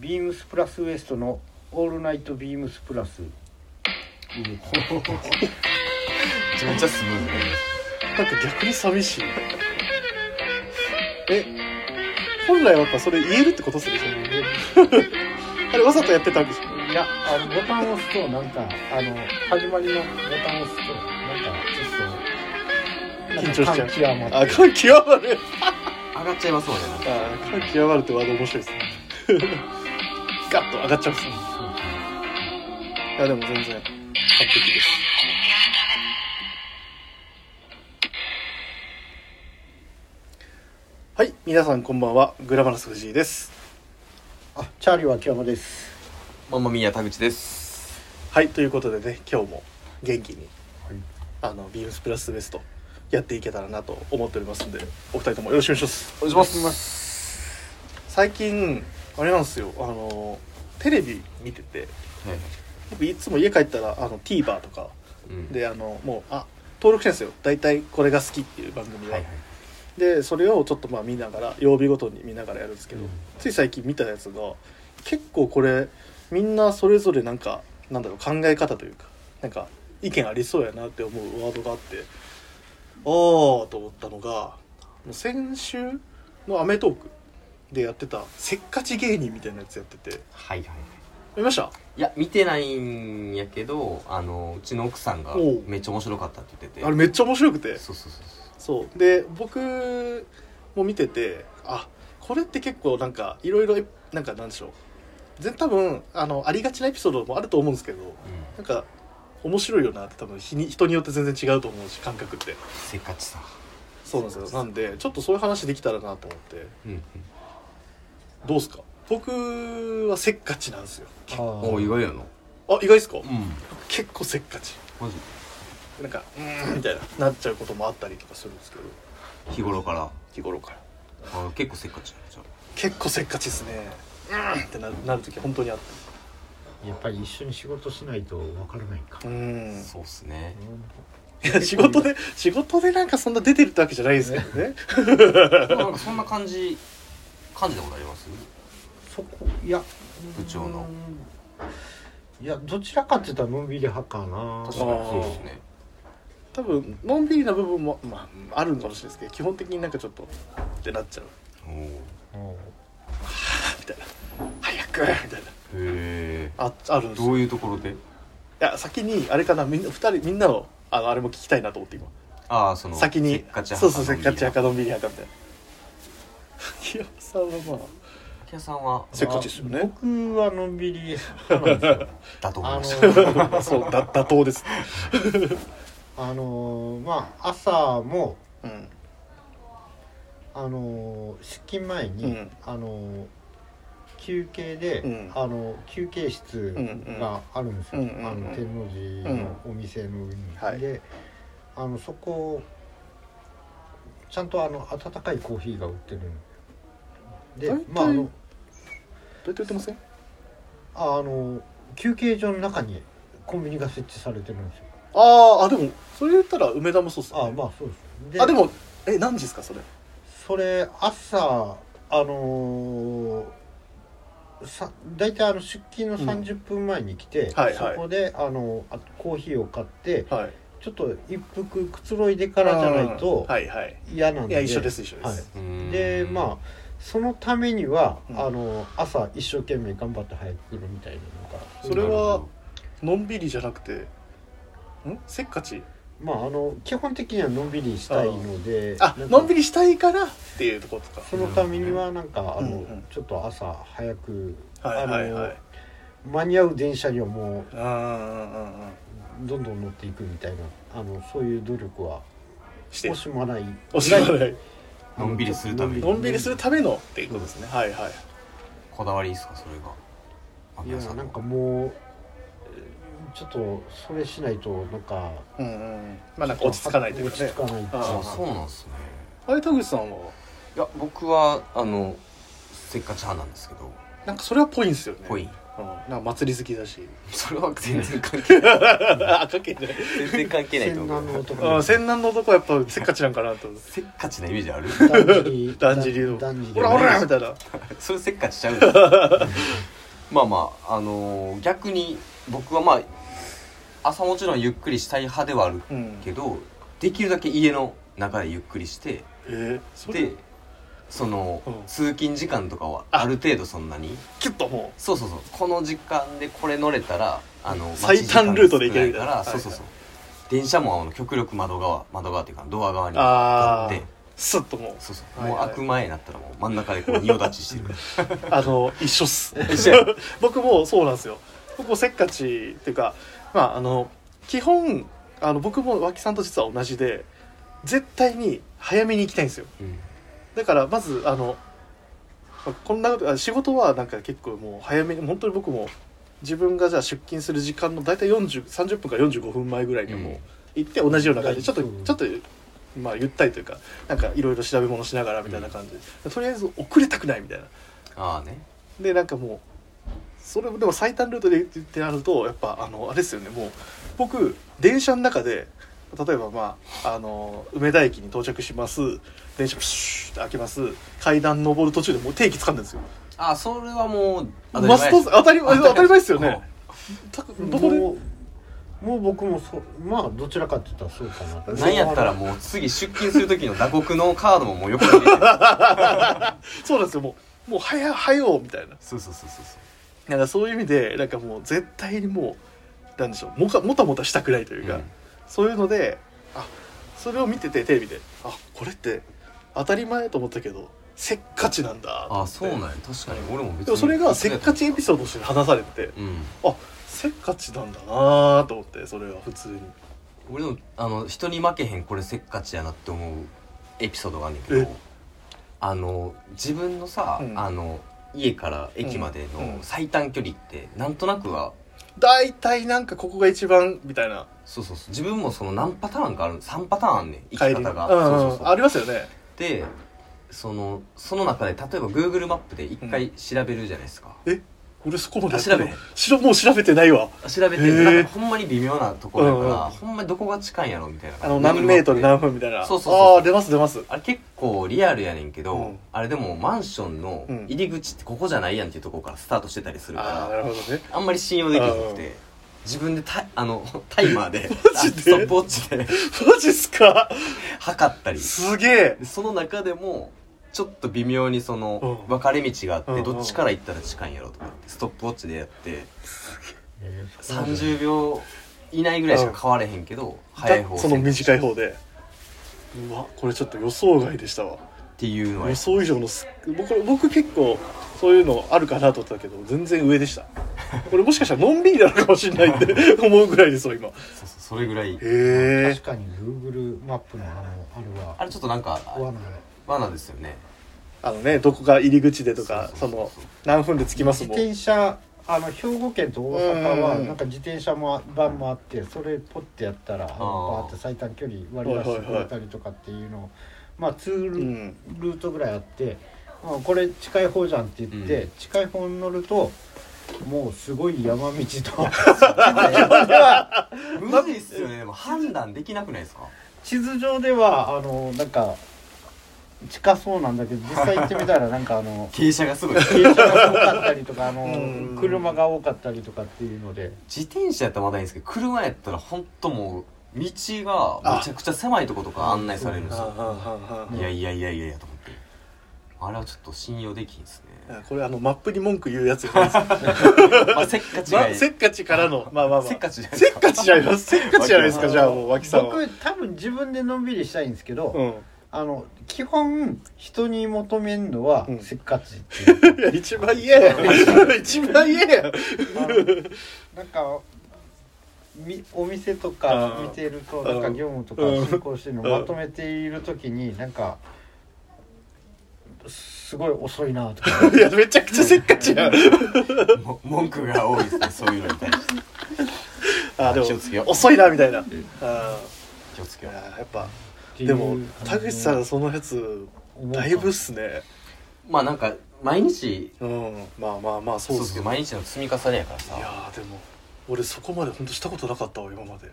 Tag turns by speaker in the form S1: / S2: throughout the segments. S1: ビームスプラスウエストの「オールナイトビームスプラス」いいですね
S2: めちゃめちゃスムーズだね
S3: なんか逆に寂しいえ本来はやっぱそれ言えるってことっするじゃんあれわざとやってたわけじゃん
S1: いやあのボタンを押すとなんかあの始まりのボタンを押すとなんかちょっと
S3: 緊張しちゃう
S1: 感極まって
S3: あ感極まる
S2: 上がっちゃいますもんねなん
S3: あ
S2: か
S3: 感極まるってワード面白いですねガッと上がっちゃうんですねいやでも全然完璧ですはい皆さんこんばんはグラマラス藤井です
S1: あチャーリーは秋山です
S2: ママミヤ田口です
S3: はいということでね今日も元気に、
S1: はい
S3: あのビームスプラスウエストやっていけたらなと思っておりますんでお二人ともよろしくお願いします
S2: お願いします
S3: 最近あれなんですよあのテレビ見てて
S2: はい
S3: 僕いつも家帰ったらあの TVer とか
S2: うん
S3: であのもうあ登録してるんですよ大体これが好きっていう番組は、
S2: はいはい
S3: でそれをちょっとまあ見ながら曜日ごとに見ながらやるんですけど、
S2: うん
S3: つい最近見たやつが結構これみんなそれぞれなんかなんだろう考え方というかなんか意見ありそうやなって思うワードがあってああと思ったのがもう先週の『アメトーク』でやってたせっかち芸人みたいなやつやってて
S2: はいはい
S3: 見ました
S2: いや見てないんやけどあのうちの奥さんが
S3: おう
S2: めっちゃ面白かったって言ってて
S3: あれめっちゃ面白くて
S2: そうそうそう
S3: そうで僕も見ててあこれって結構なんかいろいろなんかなんでしょう全多分あのありがちなエピソードもあると思うんですけど
S2: そう、うん、
S3: なんか面白いよなって多分日に人によって全然違うと思うし感覚って
S2: せっかちさ
S3: そうなんですよなんでちょっとそういう話できたらなと思って
S2: うんうん
S3: どうっすか僕はせっかちなんですよ
S1: あー
S2: おう意外やな
S3: あ意外っすか
S2: うん
S3: 結構せっかち
S2: マジ
S3: なんかうーんみたいななっちゃうこともあったりとかするんですけど
S2: 日頃から
S3: 日頃から
S2: あ結構せっかちなんちゃ
S3: 結構せっかちですねうーんってななる時本当にあって
S1: やっぱり一緒に仕事しないとわからないか、
S3: うん
S2: うそうっすね
S3: いや仕事で仕事でなんかそんな出てるってわけじゃないですけどね
S2: でもなんかそんな感じ感じたことあります
S1: そこいや
S2: 部長の
S1: うんいやどちらかって言ったらのんびり派かな
S2: 確かにそうですね
S3: 多分のんびりな部分も、まあ、あるのかもしれないですけど基本的になんかちょっとってなっちゃう
S2: おおへ
S1: うん
S3: みたいな早くみたいな
S2: え
S3: ああるんです
S2: ど
S3: よいう
S2: いうところで
S3: や先にあれかなみんな2人みんなのあのあれも聞きたいなと思って今
S2: ああその
S3: 先
S2: せ
S3: に
S2: っかち
S3: そうそうせっかち
S2: 派
S3: 赤のんびり派かみたいな秋山さんはまあ
S2: 秋葉さんは
S3: せっかちですよね
S1: 僕はのんびり派なんですよ
S2: だと思い
S1: あ
S2: ました
S1: の
S3: そうだ妥当です
S1: あのーまあ朝も
S3: うん
S1: あのー出勤前に、
S3: うん
S1: あのー休憩で、
S3: うん
S1: あの休憩室があるんですよ、
S3: うんうん
S1: あの天王寺のお店の上に、
S3: はい
S1: であのそこちゃんとあの温かいコーヒーが売ってるんで
S3: 大体
S1: まああの
S3: どうやって言ってません
S1: ああの休憩所の中にコンビニが設置されてるんですよ
S3: あーあでもそれ言ったら梅田もそうっすね
S1: あまあそうです
S3: あでもえ何時ですかそれ
S1: それ朝あのー、さ大体あの出勤の
S3: うん
S1: 30分前に来て、
S3: はいはい
S1: そこであのあコーヒーを買って
S3: はい
S1: ちょっと一服くつろいでからじゃないと
S3: はいはい
S1: 嫌なん
S3: い
S1: で、
S3: や一緒です一緒で
S1: はい
S3: す、
S1: でまあそのためには、
S3: うん
S1: あの朝一生懸命頑張って早く来るみたいなのが
S3: それはのんびりじゃなくてんせっかち
S1: まああの基本的にはのんびりしたいので
S3: あ
S1: なんか
S3: のんびりしたいからっていうところと
S1: そのためにはなんかあの、
S3: うんうん
S1: ちょっと朝早く、
S3: かはいはいは
S1: あ
S3: い
S1: の間に合う電車にはも
S3: うんうんうんうん
S1: うどんどん乗っていくみたいなあのそういう努力は
S3: して
S1: 惜しまない
S3: おしまい
S2: のんびりするために
S3: のんびりするためのっていうことですねはいはい
S2: こだわりですかそれがあ
S1: いや
S2: 皆さん
S1: なんかもうえーちょっとそれしないとなんか
S3: うんうんまあなんか落ち着かないというかね
S1: 落ち着かないっていう
S3: あ
S2: あ
S1: か
S2: あそうなんですね
S3: あれ田口さんはい
S2: や僕はあのせっかち派なんですけど
S3: なんかそれはぽいんですよね
S2: ぽい
S3: うん、なんか祭り好きだ し
S2: それは全然関係ない
S3: あかけてない
S2: 全然関係ないと
S1: 戦
S2: 思
S1: 乱の
S2: う
S1: 男
S3: うん戦南の男はやっぱせっかちなんかなと思って
S2: せっかちなイメージ ある
S1: だんじり
S3: だんじりの
S1: だんじ
S3: 「
S1: り
S3: ほらほら!」みたいな
S2: それせっかちちゃうんです まあまああのー逆に僕はまあ朝もちろんゆっくりしたい派ではある
S3: うん
S2: けどできるだけ家の中でゆっくりして
S3: えー、それ
S2: でその、
S3: うん
S2: 通勤時間とかは
S3: あ
S2: ある程度そんなに
S3: キュッとも
S2: そうそうそうこの時間でこれ乗れたらあの
S3: 最短ルートで行けるみたいな
S2: 待ち時間少ないからそうそうそう、電車もあの極力窓側窓側っていうかドア側に
S3: あー
S2: 立って
S3: うスッともう
S2: そうそう、
S3: はいはい
S2: もう開く前になったらもう真ん中 でこう仁王立ちしてる
S3: あの一緒っす
S2: 一緒や
S3: 僕もそうなんですよ僕もせっかちっていうかまああの基本あの僕も脇さんと実は同じで絶対に早めに行きたいんですよ
S2: うん
S3: だからまずあのまあこんなことあ仕事はなんか結構もう早めに本当に僕も自分がじゃあ出勤する時間の大体40 30分から45分前ぐらいにはもう
S2: うん
S3: 行って同じような感じでちょっと
S1: うん
S3: ちょっとまあゆったりというかなんかいろいろ調べ物しながらみたいな感じで、とりあえず遅れたくないみたいな
S2: ああね
S3: でなんかもうそれもでも最短ルートでって言ってなるとやっぱあのあれですよねもう僕電車の中で例えばまああの梅田駅に到着します電車プシューって開けます階段登る途中でもう定期掴んでるんですよ
S2: ああそれはもう
S3: マスト
S2: です
S3: 当たり前当たり前ですよねたどこで
S1: もうもう僕もそうまあどちらかって言ったらそうかな
S2: うんなんやったらもう次出勤する時の打刻のカードももうよく見てる
S3: そうなんですよもうもう早よ早よみたいな
S2: そうそうそうそうそう
S3: なんかそういう意味でなんかもう絶対にもうなんでしょうもかもたもたしたくないというか、
S2: うん
S3: そういうのであそれを見ててテレビであこれって当たり前と思ったけどせっかちなんだ
S2: ああそうなんや確かに俺も別に
S3: でもそれがせっかちエピソードとして話されてて
S2: うん
S3: あせっかちなんだなと思ってそれは普通に
S2: 俺のあの人に負けへんこれせっかちやなって思うエピソードがあんねんけど
S3: え
S2: あの自分のさ、
S3: うん
S2: あの家から駅まで
S3: うんう
S2: の
S3: ん
S2: 最短距離ってなんとなくは
S3: 大体なんかここが一番みたいな
S2: そうそうそう自分もその何パターンかある3パターンあんねん生き
S3: 帰り
S2: 方が、
S3: うん
S2: そううんそうそう
S3: ありますよね
S2: でそのその中で例えば Google マップで一回調べるじゃないですか、
S3: え俺そこまでやって
S2: あ調
S3: る
S2: べへん
S3: しろもう調べてないわ
S2: 調べ
S3: へ
S2: て
S3: ー
S2: なんかほんまに微妙なところだから、
S3: うんうん
S2: ほんまにどこが近いんやろみたいな
S3: あの何メートル
S2: Google マッ
S3: 何
S2: プで
S3: 分みたいな
S2: そうそうそうそう
S3: ああ出ます出ます
S2: あれ結構リアルやねんけど、
S3: うん
S2: あれでもマンションの
S3: うん
S2: 入り口ってここじゃないやんっていうところからスタートしてたりする
S3: ああーな
S2: か
S3: るほどね
S2: らあんまり信用できなく
S3: うん
S2: て自分でタあのタイマーで
S3: マジで
S2: あストップウォッチで
S3: マジっすか
S2: 測ったり
S3: すげえ
S2: でその中でもちょっと微妙にその
S3: うん
S2: 分かれ道があっ
S3: うんう
S2: て
S3: ん
S2: どっちから行ったら近いんやろとかってストップウォッチでやって
S1: えー
S2: 30秒以内ぐらいしか変われへんけど早い方
S3: だ
S2: を
S3: その
S2: 選択
S3: 短い方でうわこれちょっと予想外でしたわ
S2: っていうのは
S3: 予想以上のす僕僕結構そういうのあるかなと思ったけど全然上で したこれもしかしたらのんびりなのかもしれないって 思うぐらいですよ今へ
S2: そうそうそれぐらい
S3: え
S1: 確かに Google マップのあのあれは
S2: あれちょっとなんか
S1: 罠
S2: 罠ですよね
S3: あのねどこが入り口でとか
S2: そ
S3: そう
S2: そうそう
S3: の何分で着きます
S1: 自
S3: もん
S1: 転車あの兵庫県と大阪は
S3: うんうん
S1: なんか自転車も版もあってそれポッてやったらあのバ
S2: あー
S1: ーって最短距離割り出してくれたりとかっていうのをまあツー
S3: う
S1: ル
S3: ん
S1: ルートぐらいあって、まあ、これ近い方じゃんって言って、
S2: うん
S1: 近い方に乗るともうすごい山道 と地図上では
S2: むずいっすよねでも判断できなくないですか
S1: 地図上ではあのなんか近そうなんだけど実際行ってみたらなんかあの
S2: 傾斜がすごい
S1: 傾斜が多かったりとかあ
S3: う
S1: の
S3: ん
S1: 車が多かったりとかっていうので
S2: 自転車やったらまだいいんですけど車やったら本当もう道がめちゃくちゃ狭いとことか案内されるんです
S3: はんは
S2: よ
S3: んはんはい
S2: やいやいやいやいやと思ってあれはちょっと信用できんです
S3: ん
S2: ね
S3: あこれあのマップに文句言うやつじゃないですか
S2: まあせっかちが
S3: ま
S2: いい
S3: せっかちからのまあまあまあ
S2: せっかちじゃないで
S3: せ
S2: す
S3: っ
S2: か
S3: かちじゃないますせっかちじゃないですかじゃあもう脇さんは
S1: 僕多分自分でのんびりしたいんですけど、
S3: うん
S1: あの基本人に求めるのは
S3: うん
S1: せっかちっていう
S3: いや一番嫌や一番嫌や
S1: あのなんかみお店とか
S3: うん
S1: 見てると
S3: ん
S1: なんか業務とか
S3: うん
S1: 進行してるの
S3: うん
S1: まとめている時になんかすごい遅いなとか
S3: いやめちゃくちゃせっかちやん
S2: も文句が多いですねそういうのに対して
S3: あで
S2: 気をつけよ
S3: も
S2: う
S3: 遅いなみたいなあ
S2: 気をつけ
S3: ー
S2: よう
S3: やっぱ
S1: っていう
S3: でも田口さんそのやつだいぶっすね
S2: まあなんか毎日
S3: うんまあまあまあそうですけど
S2: 毎日の積み重ねやから
S3: いや
S2: さ
S3: ーでも俺そこまで本当したことなかったわ今まで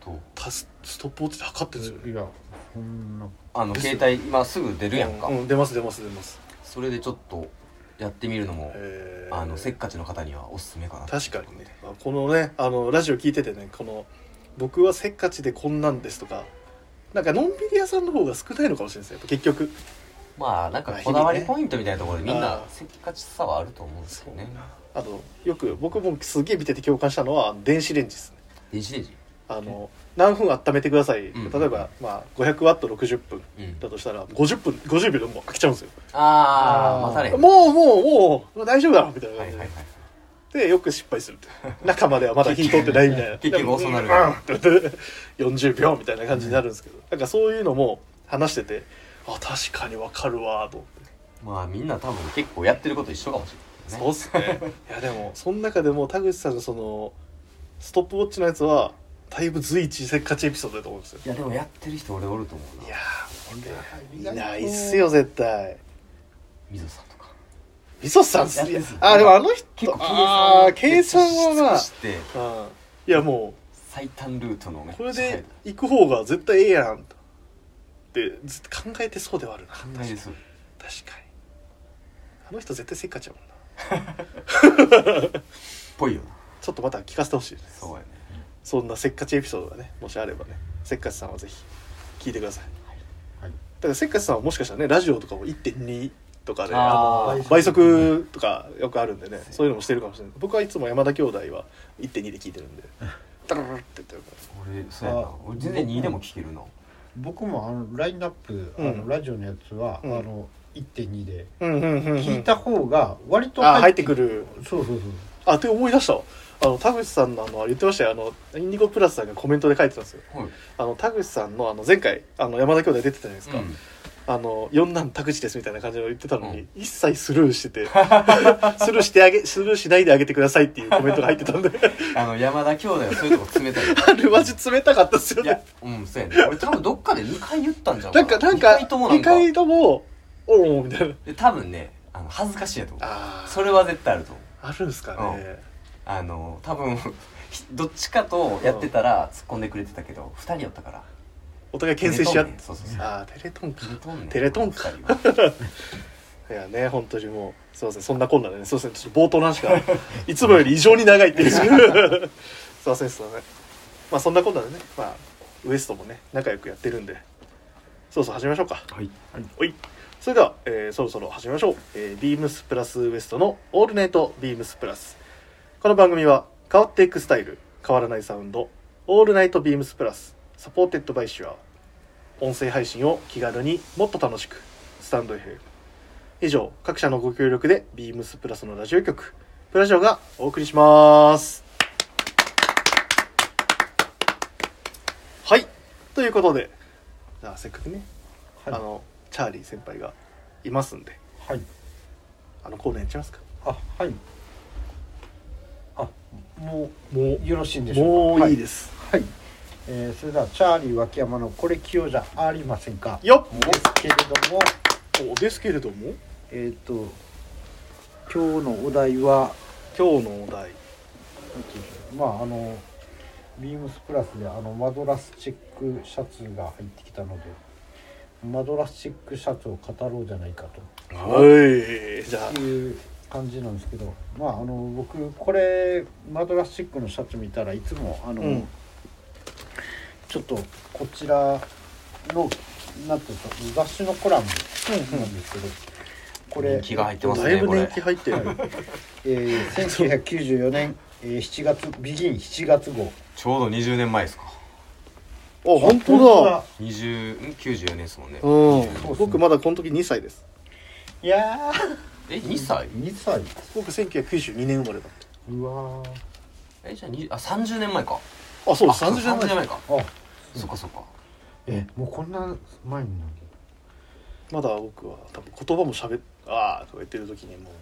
S2: 本
S3: たスストップウォッチで測ってるんです
S1: い
S3: よね
S1: やそんな
S2: 当あの
S3: ですよ
S2: 携帯今すぐ出るやんか、
S3: うん、うん出ます出ます出ます
S2: それでちょっとやってみるのも、
S3: えー
S2: あのせっかちの方にはおすすめかな
S3: 確かにねまあこのねあのラジオ聞いててねこの僕はせっかちでこんなんですとかなんかのんびり屋さんの方が少ないのかもしれないですねやっぱ結局
S2: まあなんか
S3: まあ
S2: こだわ
S3: 日
S2: り
S3: 々ね
S2: ポイントみたいなところでみんな
S3: あー
S2: せっかちさはあると思うんですよね
S3: あとよく僕もすげえ見てて共感したのは電子レンジですね
S2: 電子レンジ
S3: あの何分温めてください、
S2: うん
S3: 例えば、まあ、500ワット60分
S2: うん
S3: だとしたら50分50秒でもう飽きちゃうんですよ
S2: ああ
S1: あー
S2: またね
S3: もうもうもうもう大丈夫だろみたいな
S2: は
S3: 感
S2: い
S3: じ
S2: は
S3: で、
S2: いはい
S3: でよく失敗するって中まではまだ火通ってないみたいな
S2: 結局遅なる
S3: うんうん40秒みたいな感じになるんですけど、なんかそういうのも話しててあ確かにわかるわと思って、
S2: まあみんな多分結構やってること一緒かもしれない
S3: そうっすねいやでもその中でも田口さんのそのストップウォッチのやつはだいぶ随一せっかちエピソードだと思うんですよ
S2: いやでもやってる人俺おると思う
S3: い
S2: な
S3: や
S1: 意外と
S3: ーいないっすよ絶対
S2: 水野さんとか
S3: みそさんっす
S2: いや
S3: いやあでもあの人
S2: 結構
S3: あー計
S2: 計
S3: 算
S2: 算
S3: は
S2: は
S3: ま
S2: ま
S3: あ
S2: あして
S3: うんいやもう
S2: 最短ルートのめっち
S3: こ
S2: ゃ
S3: れ
S2: 早い
S3: で行く方が絶対ええやんってずっと考えてそうではあるな
S2: 考えです
S3: 確かにあの人絶対せっかちやもんな
S2: ぽいよな
S3: ちょっとまた聞かせてほしいです
S2: そうやね
S3: そんなせっかちエピソードがねもしあればねせっかちさんはぜひ聞いてください
S1: はい
S3: だからせっかちさんはもしかしたらねラジオとかも1.2とかで
S2: あー
S3: あの倍速とかよくあるんでねそういうのもしてるかもしれない僕はいつも山田兄弟は1.2で聞いてるんでダラララって言ってるから
S2: 俺そうやな
S1: あ
S2: 俺全然2でも聞けるな
S1: 僕もあのラインナップ、
S3: うん
S1: あのラジオのやつは、
S3: うん
S1: あの1.2で
S3: うんうんうんうん
S1: 聞いた方が割と
S3: あ入ってくる
S1: そうそうそう
S3: あって思い出したわあの田口さんのあの言ってましたよあのインディゴプラスさんがコメントで書いてたんですよ
S2: はい
S3: あの田口さんのあの前回あの山田兄弟出てたじゃないですか、
S2: うん
S3: あの四男田口ですみたいな感じの言ってたのに、
S2: うん
S3: 一切スルーして てスルーしてあげスルーしないであげてくださいっていうコメントが入って たんで
S2: あの山田兄弟はそういうとこ 冷たい
S3: あれマジ冷たかったですよ
S2: いや
S3: ね
S2: うんそうやね俺多分どっかで2回言ったんじゃん
S3: なんかなんか
S2: 2回ともなんか
S3: 二回ともおおみたいな
S2: で多分ねあの恥ずかしいやと思う
S3: あ
S2: それは絶対あると思う
S3: あるんすかね、
S2: あの多分 どっちかとやってたら突っ込んでくれてたけど2人やったから
S3: お互い牽制し合っ
S2: テレ
S3: て、
S2: 東ねそうそうそう
S3: ああテレトンか
S2: テレ東ね
S3: テレ東か
S2: こ の二人はい
S3: やね本当にもうすいませんそんなこんなでねすいませんちょっと冒頭なんしか いつもより異常に長いっていう すいませんすいませんまあそんなこんなでねまあウエストもね仲良くやってるんでそろそろ始めましょうか
S2: はい
S3: おいそれでは、えーそろそろ始めましょう、えービームスプラスウエストの「オールナイトビームスプラス」この番組は変わっていくスタイル変わらないサウンド「オールナイトビームスプラス」サポーテッドバイシュア音声配信を気軽にもっと楽しくスタンド FM 以上各社のご協力でビームスプラスのラジオ局プラジオがお送りしますはいということでじゃあせっかくね
S1: はい
S3: あのチャーリー先輩がいますんで
S1: はい
S3: あのコーナーやっちゃいますか
S1: あはいあも
S3: も
S1: うよろしいんで
S3: う
S1: しょうか
S3: もういいです、
S1: はい、はいえーそれではチャーリー脇山のこれ器用じゃありませんか
S3: よっ
S1: ですけれども
S3: おですけれども
S1: えっ、と今日のお題は
S3: 今日のお題
S1: まああのビームスプラスであのマドラスチェックシャツが入ってきたのでマドラスチェックシャツを語ろうじゃないか
S3: はいじゃあ
S1: という感じなんですけどまああの僕これマドラスチェックのシャツ見たらいつもあの、
S3: うん
S1: ちょっとこちらのなんていうんですか雑誌のコラムなんですけど、これ
S2: 人気が入ってます
S3: だい
S2: ね
S3: ぶ
S2: こ
S3: 年
S2: れ
S3: 季入ってる
S1: えー、1994年、えー7月ビギン7月号
S2: ちょうど20年前ですか
S3: あ本当だ
S2: 20ん94年ですもんね
S3: う
S1: そ
S3: ん
S1: うそう
S3: 僕まだこの時2歳です
S1: いや
S2: え2歳
S1: 2歳
S3: 僕1992年生まれだって
S1: うわー
S2: えじゃあにあ30年前か
S3: あそうです
S2: あ
S3: 30年前
S2: か
S1: あ
S2: そっかそっか
S1: えもうこんな前になる
S3: まだ僕は多分言葉も喋っああとか言ってる時にも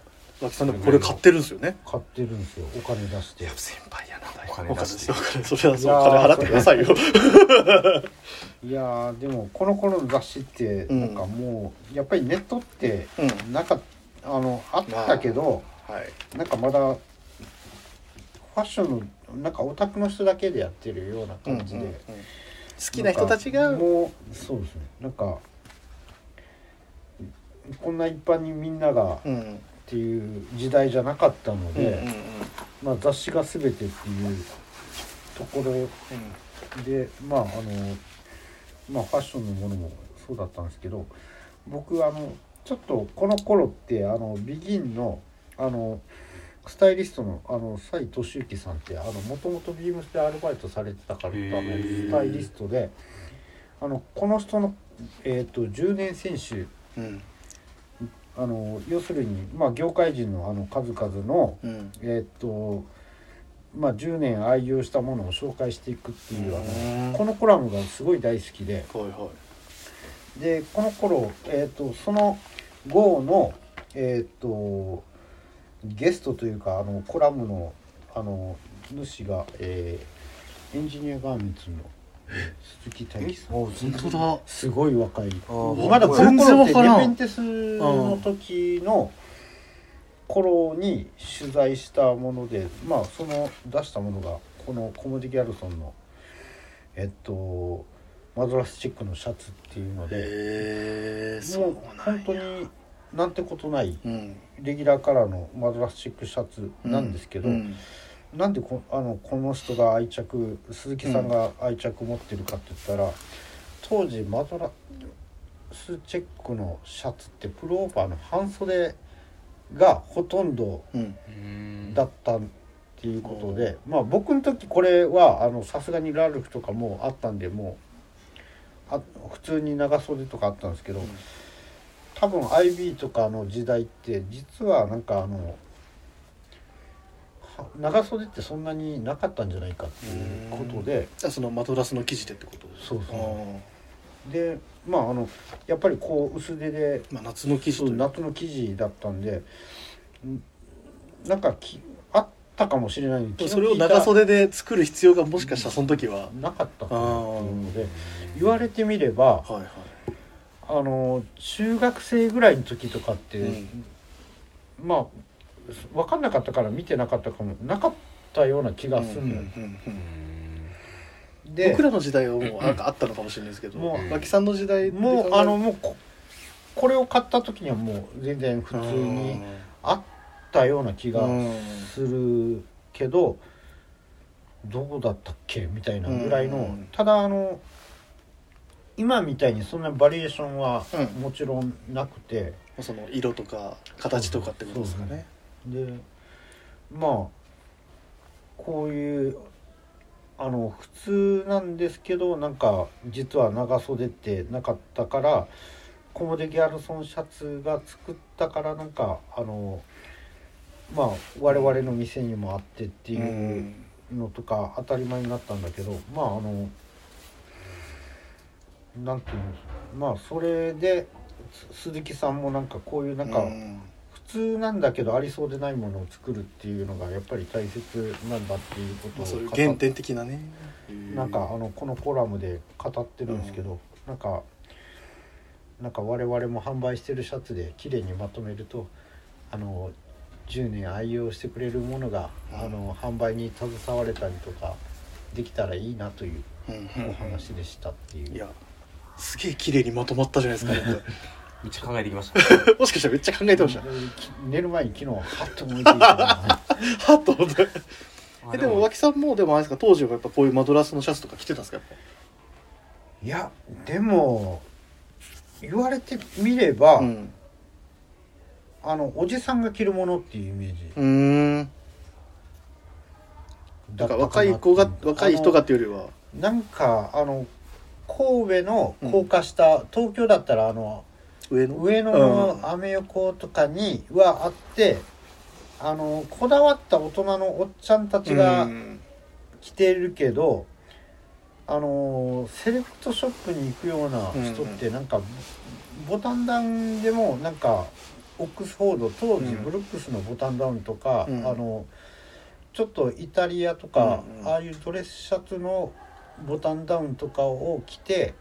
S3: う脇さんでもこれ買ってるんですよね
S1: 買ってるんですよお金出して
S3: いや先輩やなだ
S2: お金出して
S3: お金それはそうお金払ってくださいよ
S1: いやーでもこの頃の雑誌って
S3: うん
S1: なんかもう、やっぱりネットって
S3: うん
S1: なかっあのあったけど
S3: はい
S1: なんかまだファッションのなんかオタクの人だけでやってるような感じで、
S3: うんうんうん好きな人たちが
S1: なんかもうそうですねなんかこんな一般にみんながっ
S3: うんうん
S1: ていう時代じゃなかったの
S3: うん
S1: で、
S3: うんうん
S1: まあ、雑誌が全てっていうところでまああのまあファッションのものもそうだったんですけど僕あのちょっとこの頃ってあのビギンのあのスタイリストのあの蔡俊之さんってもともとビームスでアルバイトされてたからあの
S2: へー
S1: スタイリストであのこの人の、えー、と10年選手
S3: うん
S1: あの要するに、まあ、業界人のあの数々の
S3: うん
S1: えーっとまあ10年愛用したものを紹介していくっていうあ
S3: うん
S1: のこのコラムがすごい大好きで
S3: はいはい
S1: でこの頃、えーっとその号のえーっとゲストというかあのコラムのあの主が、えーエンジニアガーメンツの鈴木大樹さん
S3: 本当
S1: すごい若い
S2: あー
S1: まだこ
S3: 全
S1: の
S3: 然
S1: 頃っ
S3: わ
S1: て
S3: からん
S1: レペンテスの時の頃に取材したものでまあその出したものがこのコモディ・ギャルソンのえっとマドラスチックのシャツっていうの
S3: だ
S1: で
S3: へえそ
S1: も
S3: う
S1: う
S3: なん
S1: 本当
S3: や
S1: になんてことない
S3: うん
S1: レギュラーカラーのマドラスチックシャツなんですけど、
S3: うん
S1: なんでこあのこの人が愛着鈴木さんが愛着持ってるかって言ったら、当時マドラスチェックのシャツってプルオーバーの半袖がほとんど
S3: うん
S1: だったっていうことで、まあ僕の時これはあのさすがにラルフとかもうあったんでもうあ普通に長袖とかあったんですけど、
S3: ん
S1: 多分 IB とかの時代って実はなんかあのは長袖ってそんなになかったんじゃないかっていうことで、
S3: あそのマトラスの生地でってこと
S1: そうそ
S3: あ
S1: うでまああのやっぱりこう薄手で
S3: ーまあ夏の生地
S1: そう
S3: と
S1: 夏の記事だったんでんなんかきあったかもしれないけど
S3: それを長袖で作る必要がもしかしたらその時は
S1: なかったかなっていうので言われてみれば
S3: はいはい
S1: あの中学生ぐらいの時とかって、
S3: うん
S1: まあ分かんなかったから見てなかったかもなかったような気がする
S3: うん
S1: の
S3: う
S1: よ、
S3: んうん
S1: で
S3: 僕らの時代はもうなんかあったのかもしれないですけど
S1: も
S2: う
S3: 脇さんの時代で考え
S1: もうあのもうここれを買った時にはもう全然普通にあったような気
S3: う
S1: が
S3: ん
S1: するけどどうだったっけみたいなぐらいの、
S3: うん
S1: ただあの今みたいにそんなバリエーションは
S3: うん
S1: もちろんなくて、
S3: その色とか形とかってことですかね
S1: でまあこういうあの普通なんですけどなんか実は長袖ってなかったからコモデ・ギャルソンシャツが作ったからなんかあのまあ我々の店にもあってっていう。
S3: うん
S1: のとか当たり前になったんだけどまああのなんていうのまあそれです鈴木さんもなんかこういうなんか
S3: うん
S1: 普通なんだけどありそうでないものを作るっていうのがやっぱり大切なんだっていうこ
S3: ま
S1: と
S3: あそう
S1: を
S3: いう
S1: 語っ
S3: 原点的なね
S1: なんかあのこのコラムで語ってるんですけど、なんかなんか我々も販売してるシャツで綺麗にまとめるとあの10年愛用してくれるものが、あの販売に携われたりとかできたらいいなという
S3: うんうん
S1: お話でしたっていう、
S3: いやすげえ綺麗にまとまったじゃないですか僕
S2: めっちゃ考えてきました
S3: もしかしたらめっちゃ考えてました
S1: き寝る前に昨日はっと思いついたな
S3: はっと思って え
S2: あ
S3: でも脇さんもでもあれですか当時はやっぱこういうマドラスのシャツとか着てたんですかやっ
S1: いやでも言われてみれ
S3: ぱ
S1: ば、
S3: うん
S1: あのおじさんが着るものっていうイメージ
S3: うーんだから若い子が若い人がっていうより
S1: な
S3: は
S1: んかあの神戸の高架下、東京だったらあの
S3: 上の
S1: 上野のアメ横とかにはあって、あのこだわった大人のおっちゃんたちが
S3: うん
S1: 着てるけど、あのセレクトショップに行くような人ってなんか、ボタンダウンでもなんかオックスフォード当時
S3: うん
S1: ブルックスのボタンダウンとか、
S3: うん
S1: あのちょっとイタリアとか、
S3: うんうん
S1: ああいうドレスシャツのボタンダウンとかを着て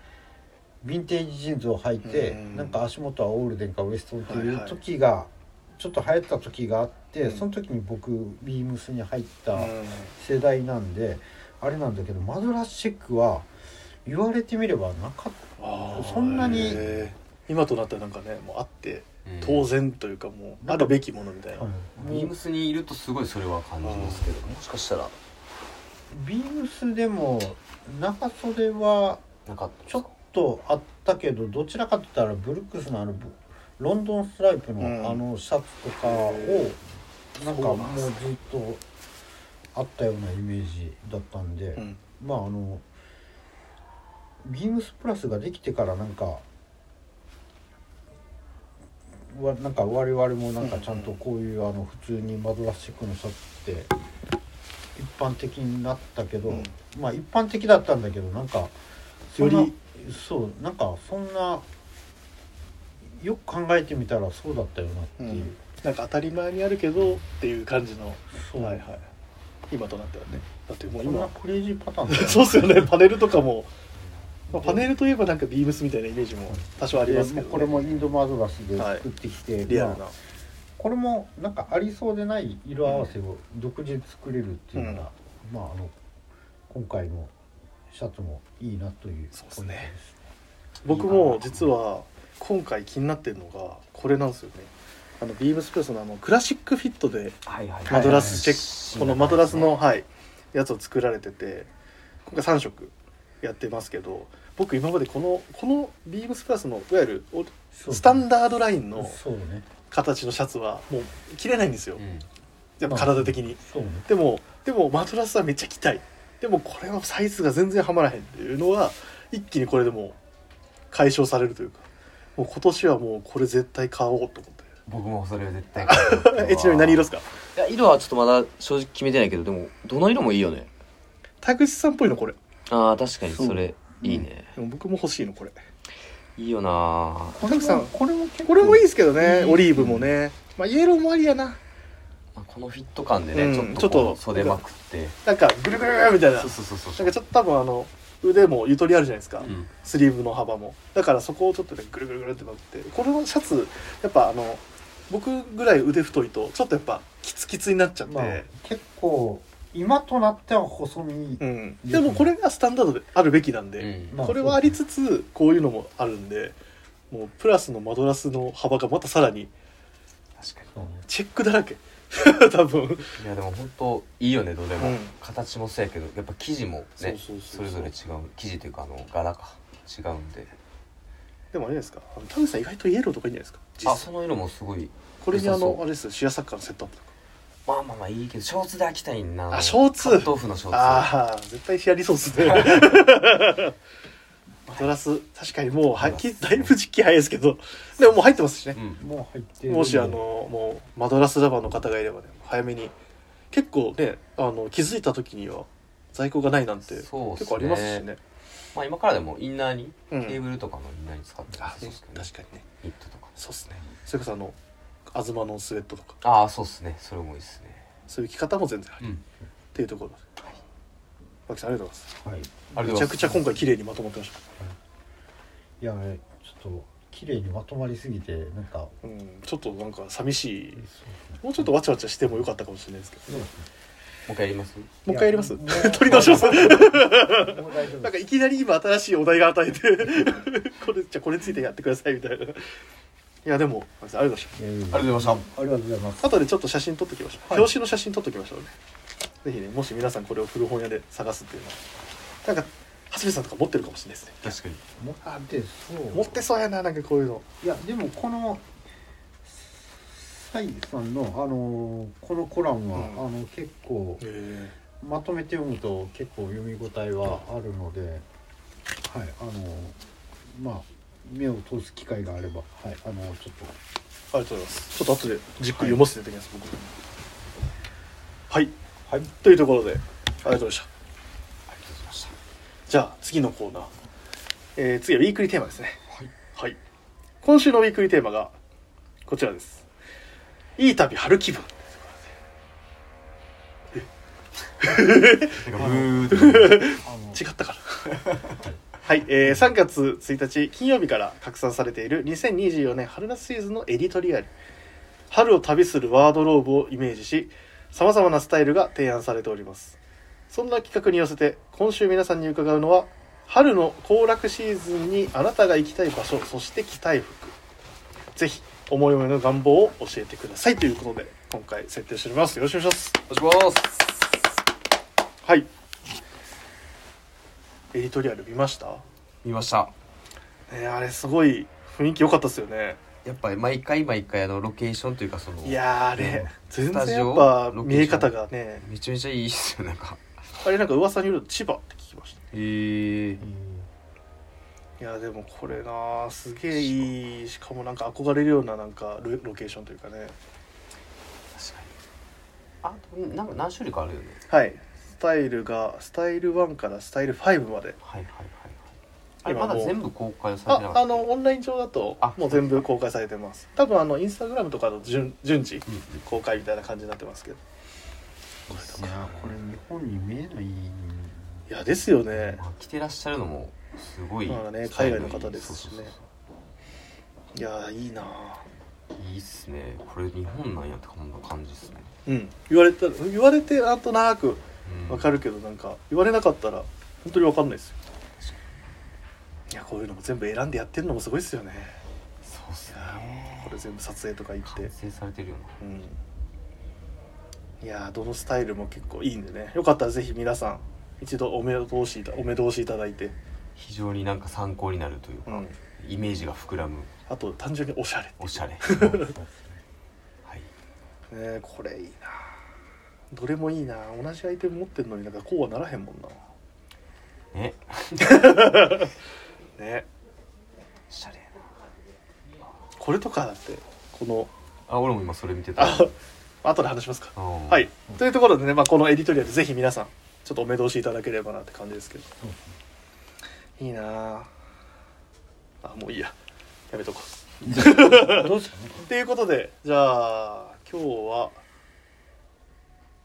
S1: ヴィンテージジーンズを履いて、
S3: うん
S1: なんか足元はオールデンかウエストンってい
S3: はいうはい
S1: 時がちょっと流行った時があって、
S3: うん
S1: その時に僕ビームスに入っ
S3: う
S1: た
S3: ん
S1: 世代なんで、あれなんだけどマドラスチェックは言われてみればなかっ
S3: あー
S1: そんなに
S3: へー今となったらなんかねもうあって
S2: うん
S3: 当然というかもう
S1: な
S3: あ
S1: んか
S3: るべきものみたい
S1: た
S3: な、
S2: ビームスにいるとすごいそれは感じますけどもしかしたら
S1: ビームスでも中袖は
S2: なかったです
S1: ちょ
S2: か
S1: っとあったけどどちらかといったらブルックスのあのブロンドンストライプの
S3: うん
S1: あのシャツとかを
S3: へ
S1: なんかも
S3: そう
S1: う
S3: なん
S1: ずっとあったようなイメージだったんで
S3: うん
S1: まああのビームスプラスができてからなんかわなんか我々もなんかちゃんとこういうあの普通にマドラスチックのシャツって一般的になったけど、
S3: うん
S1: まあ一般的だったんだけどなんかそんな
S3: より
S1: そうなんかそんなよく考えてみたらそうだったよなっていう、
S3: うんなんか当たり前にあるけどっていう感じの
S1: そう、
S3: はいはい今となってはねだってもう
S1: こんな
S3: 今
S1: クレイジーパターンだよ
S3: そうっすよねパネルとかも、まあパネルといえばなんかビームスみたいなイメージも多少あります
S1: で
S3: けど、
S1: も
S3: ね、
S1: うこれもインドマドラスで作ってきて、
S3: リアル
S1: まあ
S3: な
S1: これもなんかありそうでない色合わせを独自で作れるっていうのが、まああの今回のシャツもいいなという
S3: そうっす
S1: ポイント
S3: ね
S1: です
S3: 僕も実は今回気になってるのがこれなんですよねあのビームスプラスのあのクラシックフィットで
S2: はいはい
S3: マドラスチェックこのマドラスのはいやつを作られてて今回3色やってますけど僕今までこのこのビームスプラスのいわゆるお
S1: そう
S3: スタンダードラインの
S1: そうね
S3: 形のシャツはもう着れないんですよ
S2: うん
S3: やっぱ体的に
S1: そうね
S3: でもでもマトラスはめっちゃ着たいでもこれはサイズが全然はまらへんっていうのは一気にこれでもう解消されるというかもう今年はもうこれ絶対買おうと思っ
S2: 僕もそれは絶対
S3: て えちなみに何色ですか
S2: いや色はちょっとまだ正直決めてないけどでもどの色もいいよね
S3: 田口さんっぽいのこれ
S2: ああ確かにそれ
S1: そう
S2: いいね、
S3: でも僕も欲しいのこれ
S2: いいよな
S1: こ
S3: た
S1: れ
S3: くさ
S1: も
S3: ん
S1: これも結構
S3: これもいいですけどねオリーブもね、まあ、イエローもありやな
S2: まあこのフィット感でね、
S3: うん
S2: ちょっとこう
S3: ちょっと
S2: 袖まくって
S3: なんかぐるぐるぐるみたいなな
S2: そうん
S3: か
S2: そうそうそう
S3: ちょっと多分あの腕もゆとりあるじゃないですか、
S2: うん
S3: スリーブの幅もだからそこをちょっとねぐるぐるぐるってなってこれのシャツやっぱあの僕ぐらい腕太いとちょっとやっぱキツキツになっちゃって、
S1: まあ結構今となっては細身
S3: う、ん、でもこれがスタンダードであるべきなん
S2: う
S3: で、
S2: ん
S1: まあ
S3: これはありつつこういうのもあるんでもうプラスのマドラスの幅がまたさらに
S2: 確か
S1: そうね
S3: チェックだらけ 多分、うん、
S2: にいやでも本当いいよねどれも、
S3: うん
S2: 形もそうやけどやっぱ生地もね
S3: そうそうそうそう
S2: れぞれ違う生地というかあの柄か違うんで
S3: でもあれですかあの田口さん意外とイエローとかいいんじゃないですか
S2: あ
S3: 実
S2: そ
S3: 際
S2: の色もすごい
S3: これにあ
S2: 良さそ
S3: の
S2: う
S3: あれですよシアサッカーのセットアップとか
S2: まあまあまあいいけどショーツで飽きたいな
S3: あショーツ
S2: カットオフのショーツ
S3: ああ絶対やりそう ですねマトラス確かにもうはきだいぶ時期早いですけどでももう入ってますしね
S2: う、ん
S1: もう入ってるんで
S3: もしあのもうマドラスラバーの方がいればね早めに結構ねあの気づいた時には在庫がないなんて結
S2: そうっすね
S3: 構ありますしね
S2: まあ今からでもインナーに、
S3: うん
S2: ケーブルとかのインナーに使って
S3: あ
S2: ます
S3: ね
S2: そうっすけどね
S3: 確かにね
S2: ニットとか
S3: そうっすねそれこそあの東のスウェットとか
S2: ああそうっすねそれもいいっすね
S3: そういう着方も全然あり、
S2: うん
S3: っていうところです脇さんありがとうござ
S1: は
S3: い
S1: い
S2: あり
S3: ますめ
S2: がと
S3: ち
S2: う
S3: ゃ
S2: ご
S3: く
S2: ざ
S3: ち
S2: い
S3: ゃ今回綺麗にまとまってました
S1: いやちょっと綺麗にまとまりすぎてなんか
S3: うん、ちょっとなんか寂しいもうちょっとわちゃわちゃしてもよかったかもしれないですけど、
S1: そう
S3: も
S2: ますもう一回やります
S3: う一回やります
S1: い
S3: 取り直します
S1: もう大丈夫
S3: なんかいきなり今新しいお題が与えて これじゃあこれについてやってくださいみたいないやでもありがとうございまし
S1: いやいやい
S2: あ
S1: や
S2: りがとうございました
S1: ありがとうございます
S3: た後でちょっと写真撮ってきましょう、
S1: はい
S3: 表紙の写真撮ってきましょうねぜひねもし皆さんこれを古本屋で探すっていうのはなんか長谷部さんとか持ってるかもしれないですね
S2: 確かに
S1: 持ってそう
S3: 持ってそうやななんかこういうの
S1: いやでもこのサイさんのあのーこのコラムは、
S3: うん
S1: あの結構
S3: え
S1: まとめて読むと結構読み応えはあるので、はいあのーまあ目を通す機会があればはいあのちょっと
S3: ありがとうございますちょっと後でじっくり読ませていただきます、僕もはい
S1: はい
S3: というところでありがとうございました
S2: ありがとうございました
S3: じゃあ次のコーナー、えー次はウィークリーテーマですね
S2: はい
S3: はい今週のウィークリーテーマがこちらですいい旅春気分
S2: なんかブーって
S1: あの
S3: 違ったからはい、えー3月1日金曜日から拡散されている2024年春夏シーズンのエディトリアル春を旅するワードローブをイメージしさまざまなスタイルが提案されておりますそんな企画に寄せて今週皆さんに伺うのは春の行楽シーズンにあなたが行きたい場所そして着たい服ぜひ思い思いの願望を教えてくださいということで今回設定しておりますよろしくお願いします
S2: お願いします
S3: はいエディトリアル見ました
S2: 見ました
S3: ねあれすごい雰囲気良かったですよね
S2: やっぱり毎回毎回あのロケーションというかその
S3: いやーあれ全
S2: スタ
S3: 然
S2: ジオ
S3: やっぱ
S2: ロケーション
S3: 見え方がね
S2: めちゃめちゃいいっすよなんか
S3: あれなんか噂によると千葉って聞きまし
S2: へえ
S3: たいやでもこれなーすげえいいしかもなんか憧れるようななんかロロケーションというかね
S2: 確かにあでもなんか何種類かあるよね
S3: はいスタイルがスタイル1からスタイル5まで
S2: はいはいはいはいあれ
S3: 今
S2: まだ
S3: もう
S2: 全部公開されてな
S3: あ
S2: かった
S3: あのオンライン上だと
S2: あ
S3: もう全部公開されてます多分あのインスタグラムとかの順順次
S2: うん
S3: 公開みたいな感じになってますけど
S1: いやこれ日本に見えない
S3: いやですよね
S2: まあ着てらっしゃるのもすごい
S3: まあね
S2: スタイル
S3: 海外の方ですしね
S2: そうそう
S3: いやーいいなー
S2: そういいっすねこれ日本なんやってこんな感じっすね
S3: うん言われた言われてなんとなくわか
S2: る
S3: るけどなんか言われなかったら本当にわかんないですよいやこういうのも全部選んでやってるのもすごいですよね
S2: そうっす
S3: いやー
S2: ね
S3: これ全部撮影とか行って
S2: 完成されてるよ
S3: う
S2: な
S3: んいやーどのスタイルも結構いいんでねよかったらぜひ皆さん一度お目通しいたお目通しいただいて、
S2: 非常になんか参考になるという
S3: う
S2: か、
S3: ん、
S2: イメージが膨らむ
S3: あと単純におしゃれ
S2: おし ゃれはい
S3: ねこれいいなどれもいいな同じアイテム持ってるのになんかこうはならへんもんな
S2: ね
S3: ね
S2: おしゃれやな
S3: これとかだってこの
S2: あ俺も今それ見てた
S3: あ後で話しますか
S2: うん
S3: はい、というところでね、まあ、このエディトリアルぜひ皆さんちょっとお目通しいただければなって感じですけどいいなああもういいややめとこ う
S1: どうですかね
S3: っていうことでじゃあ今日は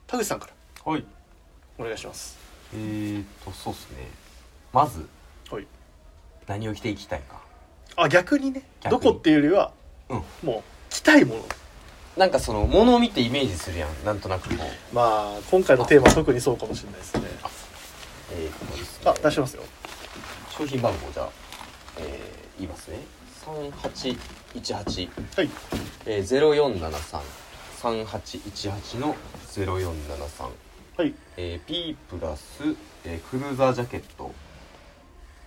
S3: 田口さんから
S2: はい
S3: お願いします
S2: えー、っとそうっすねまず
S3: はい
S2: 何を着ていきたいか
S3: あ逆にね
S2: 逆
S3: ど
S2: に
S3: こっていうよりは、
S2: うん
S3: もう着たいもの
S2: なんかその物を見てイメージするやんなんとなくこう
S3: まあ今回のテーマは特にそうかもしれないですね
S2: えー、っとですね
S3: あ出しますよ
S2: 商品番号じゃあ、えー、言いますね3818、
S3: はい
S2: えー、04733818の0473
S3: はい
S2: えー、P プラス、えークルーザージャケット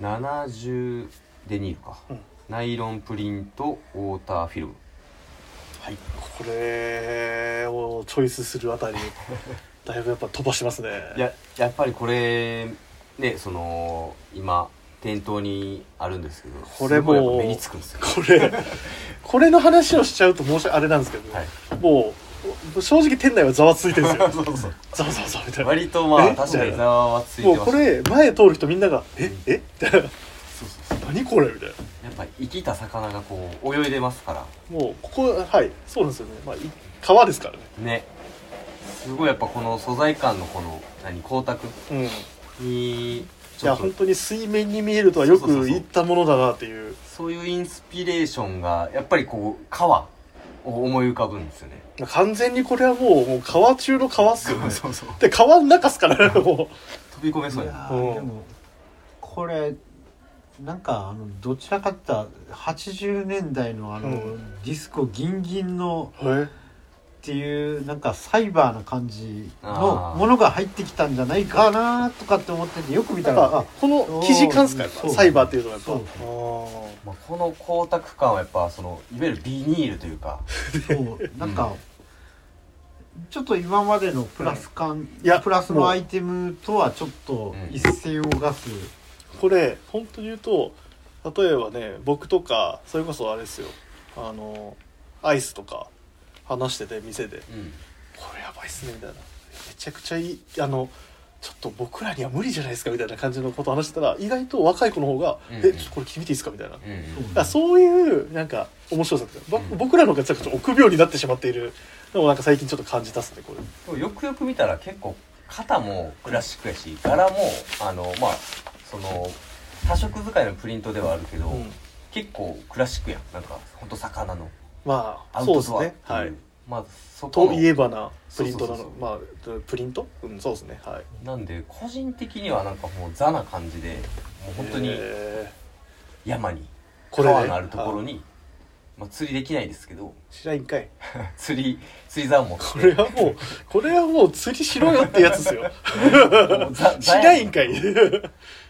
S2: 70デニールか、
S3: うん
S2: ナイロンプリントウォーターフィルム
S3: はい、これをチョイスするあ たりだいぶやっぱ飛ばしてますね
S2: いややっぱりこれねその今店頭にあるんですけど
S3: これもう
S2: すごいやっぱ目につくんですよ
S3: これこれの話をしちゃうと申し訳あれなんですけど、
S2: はい
S3: もう正直店内はざわついてるんです よ
S2: そうそう
S3: ざわざわざわみたいな
S2: 割とまあ
S3: え
S2: 確かにざわはついて
S3: も
S2: ま
S3: う
S2: した
S3: これ前通る人みんなが「ええみたいな
S2: そうそうそう
S3: 何これ?」みたいな
S2: やっぱ生きた魚がこう泳いでますから
S3: もうここはいそうなんですよね、まあ、い川ですからね
S2: ねすごいやっぱこの素材感のこの何光沢
S3: うんい
S2: にちょ
S3: や
S2: っと
S3: 本当に水面に見えるとはよく
S2: そうそうそうそう
S3: 言ったものだなっていう
S2: そういうインスピレーションがやっぱりこう川を思い浮かぶんですよね
S3: 完全にこれはもうもう川中の川っすよね
S2: う そう
S3: で川の中っすからねも
S2: 飛び込めそう
S1: い
S2: やな
S1: やーでもこれなんかあのどちらかって言ったら80年代のあの、
S3: うん
S1: ディスコギンギンの
S3: うへ
S1: っていうなんかサイバーな感じの
S2: あー
S1: ものが入ってきたんじゃないかなとかって思っててよく見
S3: な
S1: た
S3: ん
S1: ら
S3: か
S1: あ
S3: この生地感っすかやっぱ
S1: そう
S3: サイバーっていうのはやっぱ
S1: そう
S2: まあ、この光沢感はやっぱそのいわゆるビニールというか
S1: そうなんか、ちょっと今までのプラス感、
S3: いや
S1: プラス
S3: もう
S1: のアイテムとはちょっと
S2: うん
S1: 一線を画す、
S3: これ本当に言うと例えばね僕とかそれこそあれですよあのアイスとか話してて店で
S2: うん
S3: 「これやばいっすね」みたいな「めちゃくちゃいいあのちょっと僕らには無理じゃないですか」みたいな感じのことを話してたら意外と若い子の方が「
S2: うん
S3: えちょっとこれ着てみていいですか」みたいな。だ
S2: うん
S3: からそういうなんか面白さっていうかぼ
S2: うん
S3: 僕らの方がちょっと臆病になってしまっているのをなんか最近ちょっと感じたっすねこれ
S2: でもよくよく見たら結構肩もクラシックやし柄もあのまあその多色使いのプリントではあるけど、
S3: うん
S2: 結構クラシックやんなんかほんと魚の
S3: まあ
S2: アウ
S3: そう
S2: ト
S3: です
S2: ドアってい
S3: ね
S2: う
S3: はい
S2: まあそことの
S3: いえばなプリントな
S2: そう
S3: の
S2: そう
S3: まあプリントうんそうですねはい
S2: なんで個人的にはなんかもうザな感じでもう本当に
S3: え
S2: 山に
S3: ーこれね
S2: 川のあるところに、まあ、釣りできないですけど
S3: ー知らんかい
S2: 釣り釣り竿持って
S3: これはもうこれはもう釣りしろよってやつですよ
S2: もうザ
S3: 知
S2: ザや
S3: らんかい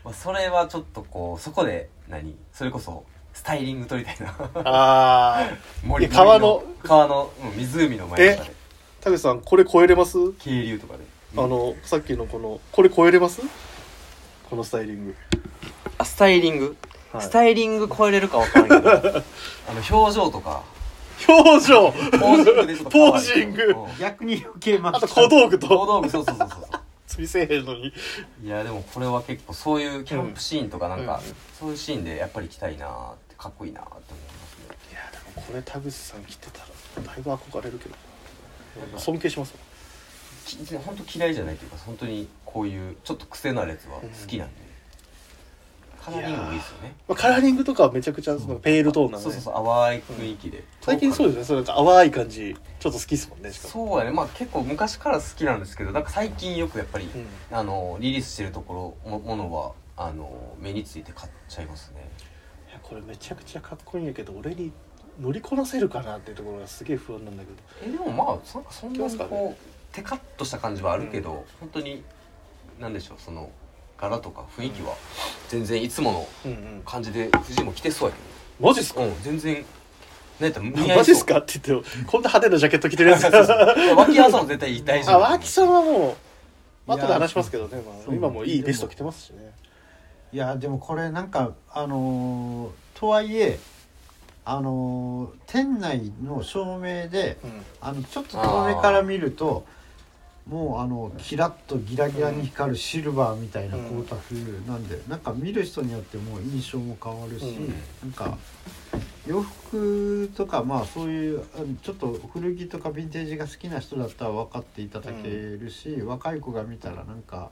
S2: まあ、それはちょっとこうそこで何それこそスタイリング撮りたいな
S3: ああ
S2: 森
S3: いや川の
S2: 森川の、うん、湖の前とかで
S3: 田口さんこれ超えれます
S2: 渓流とかで
S3: あのさっきのこのこれ超えれますこのスタイリング、
S2: あスタイリング、
S3: はい
S2: スタイリング超えれるか分からんけど あの表情とか
S3: 表情
S2: ポージングでちょっと可愛い
S3: ポージング
S2: うん
S4: 逆に余計ま
S3: あと小道具
S2: 小
S3: と
S2: 道具そうそうそうそうそう
S3: 釣りせえへんのに
S2: いやでもこれは結構そういうキャンプシーンとかなんか、
S3: うん
S2: そういうシーンでやっぱり来たいなーってかっこいいなーって思いますね
S3: いやでもこれ田口さん着てたらだいぶ憧れるけどな尊敬します
S2: き本当嫌いじゃないというか本当にこういうちょっと癖のあるやつは好きなんで、カラーリングもいいですよね
S3: まあカラーリングとかはめちゃくちゃそのペールトーンなの
S2: そう
S3: ね
S2: そうそう淡い雰囲気で、
S3: 最近そうですねそうなんか淡い感じちょっと好きですもんねしかも
S2: そうやねまあ結構昔から好きなんですけどなんか最近よくやっぱり、
S3: うん
S2: あのリリースしてるところもものはあの目について買っちゃいますね
S3: いやこれめちゃくちゃかっこいいんやけど俺に乗りこなせるかなっていうところがすげえ不安なんだけど
S2: えでもまあそそん
S3: いけ
S2: な
S3: ます
S2: に
S3: かね
S2: こうテカッとした感じはあるけど、本当に何でしょうその柄とか雰囲気は全然いつもの
S3: うんうん
S2: 感じで藤井も着てそうやけ
S3: マジっすか
S2: どうん全然なんやったら似合いそう
S3: マジっすかって言ってもこんな派手なジャケット着てるやつ
S2: そうそう
S3: が
S2: そう脇屋さんも絶対大丈夫
S3: あ脇さんはもう後で話しますけどね、ま
S4: そ
S3: あ、
S4: う
S3: 今もいいベスト着てますしね
S1: いやでもこれなんかあのーとはいえあのー店内の照明で
S3: うん
S1: あのちょっと遠目から見るともうあのキラッとギラギラに光るシルバーみたいな光沢なんで、なんか見る人によってもう印象も変わるし、
S3: うん
S1: なんか洋服とかまあそういうあのちょっと古着とかヴィンテージが好きな人だったら分かっていただけるし、若い子が見たらなんか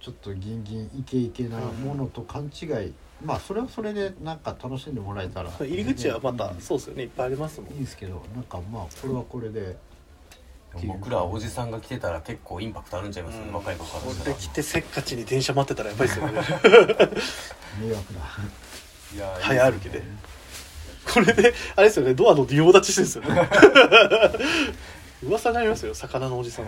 S1: ちょっとギンギンイケイケなものと勘違い、まあそれはそれでなんか楽しんでもらえたら
S3: 入り口はまたそうですよねいっぱいありますもん
S1: いいですけどなんかまあこれはこれで。
S2: でも僕らおじさんが着てたら結構インパクトあるんちゃいますよね、
S3: うん
S2: 若い子から
S3: こ
S2: した
S3: れ
S2: ら
S3: 着てせっかちに電車待ってたらやばいっすよね
S1: 迷惑だ
S2: いや
S3: 早歩きでこれであれですよねドアの仁王立ちしてるんですよね 噂になりますよ魚のおじさん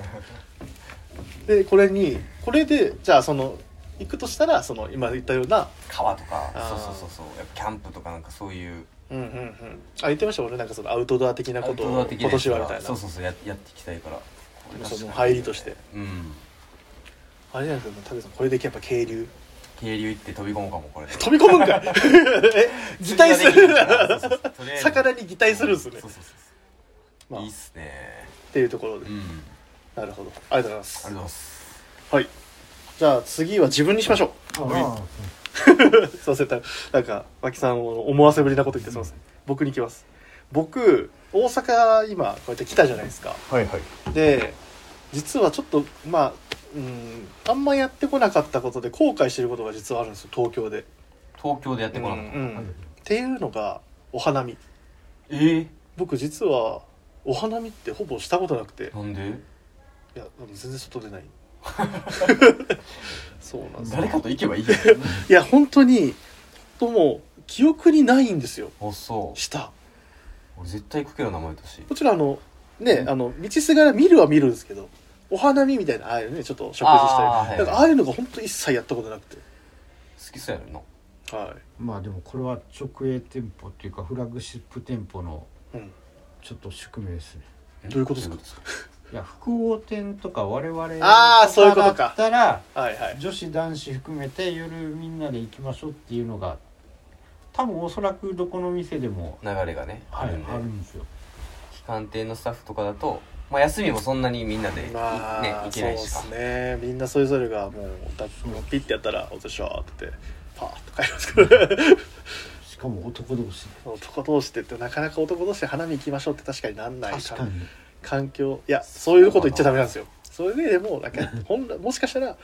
S3: でこれにこれでじゃあその行くとしたらその今言ったような
S2: 川とか
S3: あ
S2: そ
S3: ー
S2: うそうそうそうやっぱキャンプとかなんかそういう
S3: うんうんうんあ言ってました俺なんかそのアウトドア的なこと
S2: アウトドア
S3: を
S2: 的な
S3: 今
S2: やつ
S3: 年
S2: とか
S3: はみたいな
S2: そうそうそうややっていきたいからこれ確か
S3: その
S2: に
S3: 入りとして
S2: うん
S3: あれじゃないですか田口さんこれでやっぱ渓流
S2: 渓流行って飛び込むかも これ
S3: 飛び込むんか いえ擬態す
S2: 釣り
S3: る
S2: ができんじゃんそうそうそうとりあえず
S3: 魚に擬態するんですね
S2: そうそうそうそ
S3: ま
S2: う
S3: あ
S2: いいっ
S3: っ
S2: すね
S3: ていうところ
S2: う
S3: で
S2: んあり
S3: なるほどありがとうございま
S2: がとう
S3: す
S2: ございます
S3: はいじゃあ次は自分にしましょ
S1: ああ
S3: う すいませんたなんか脇さんを思わせぶりなこと言ってすいません僕に行きます僕大阪今こうやって来たじゃないですか
S4: はいはい
S3: で実はちょっとまあうんあんまやってこなかったことで後悔してることが実はあるんですよ東京で
S2: 東京でやって
S3: うん
S2: こ
S3: う
S2: なかった
S3: んっていうのがお花見
S2: え
S3: 僕実はお花見ってほぼしたことなくて
S2: ーなんで
S3: いや全然外 出ないそうなんですよ
S2: 誰かと行けばいいじゃん
S3: いや本当にほんともう記憶にないんですよ
S2: あそう
S3: した
S2: 俺絶対行くけど名前とし
S3: もちろんあのねあの道すがら見るは見るんですけどお花見みたいなああいうねちょっと食事
S2: あー
S3: したりな
S2: はい
S3: んかああいうのが本当一切やったことなく
S2: 好きそうやろな
S3: ては
S1: まあでもこれは直営店舗っていうかフラッグシップ店舗の
S3: い、うん、
S1: ちょっと宿命ですね
S3: どういうことですか
S2: ですか
S1: いや複合店とか我々
S3: あーそういうことか
S1: だったら
S3: はいはい
S1: 女子男子含めて夜みんなで行きましょうっていうのが多分おそらくどこの店でも、
S2: 流れがねあ
S1: はい
S2: るんで
S1: あるんですよ
S2: 期間店のスタッフとかだとまあ休みもそんなにみんなでいね
S3: まあ、
S2: 行けないしか
S3: そうですねみんなそれぞれがもうだピッてやったら「おとしょ」って言ってパーッと帰りますから
S1: しかも男同士で
S3: 男同士って言ってなかなか男同士で花見行きましょうって確かになんない
S1: 確かに
S3: 環境いやそういうこと言っちゃダメなんですよそれででもなんかほんもしかしたら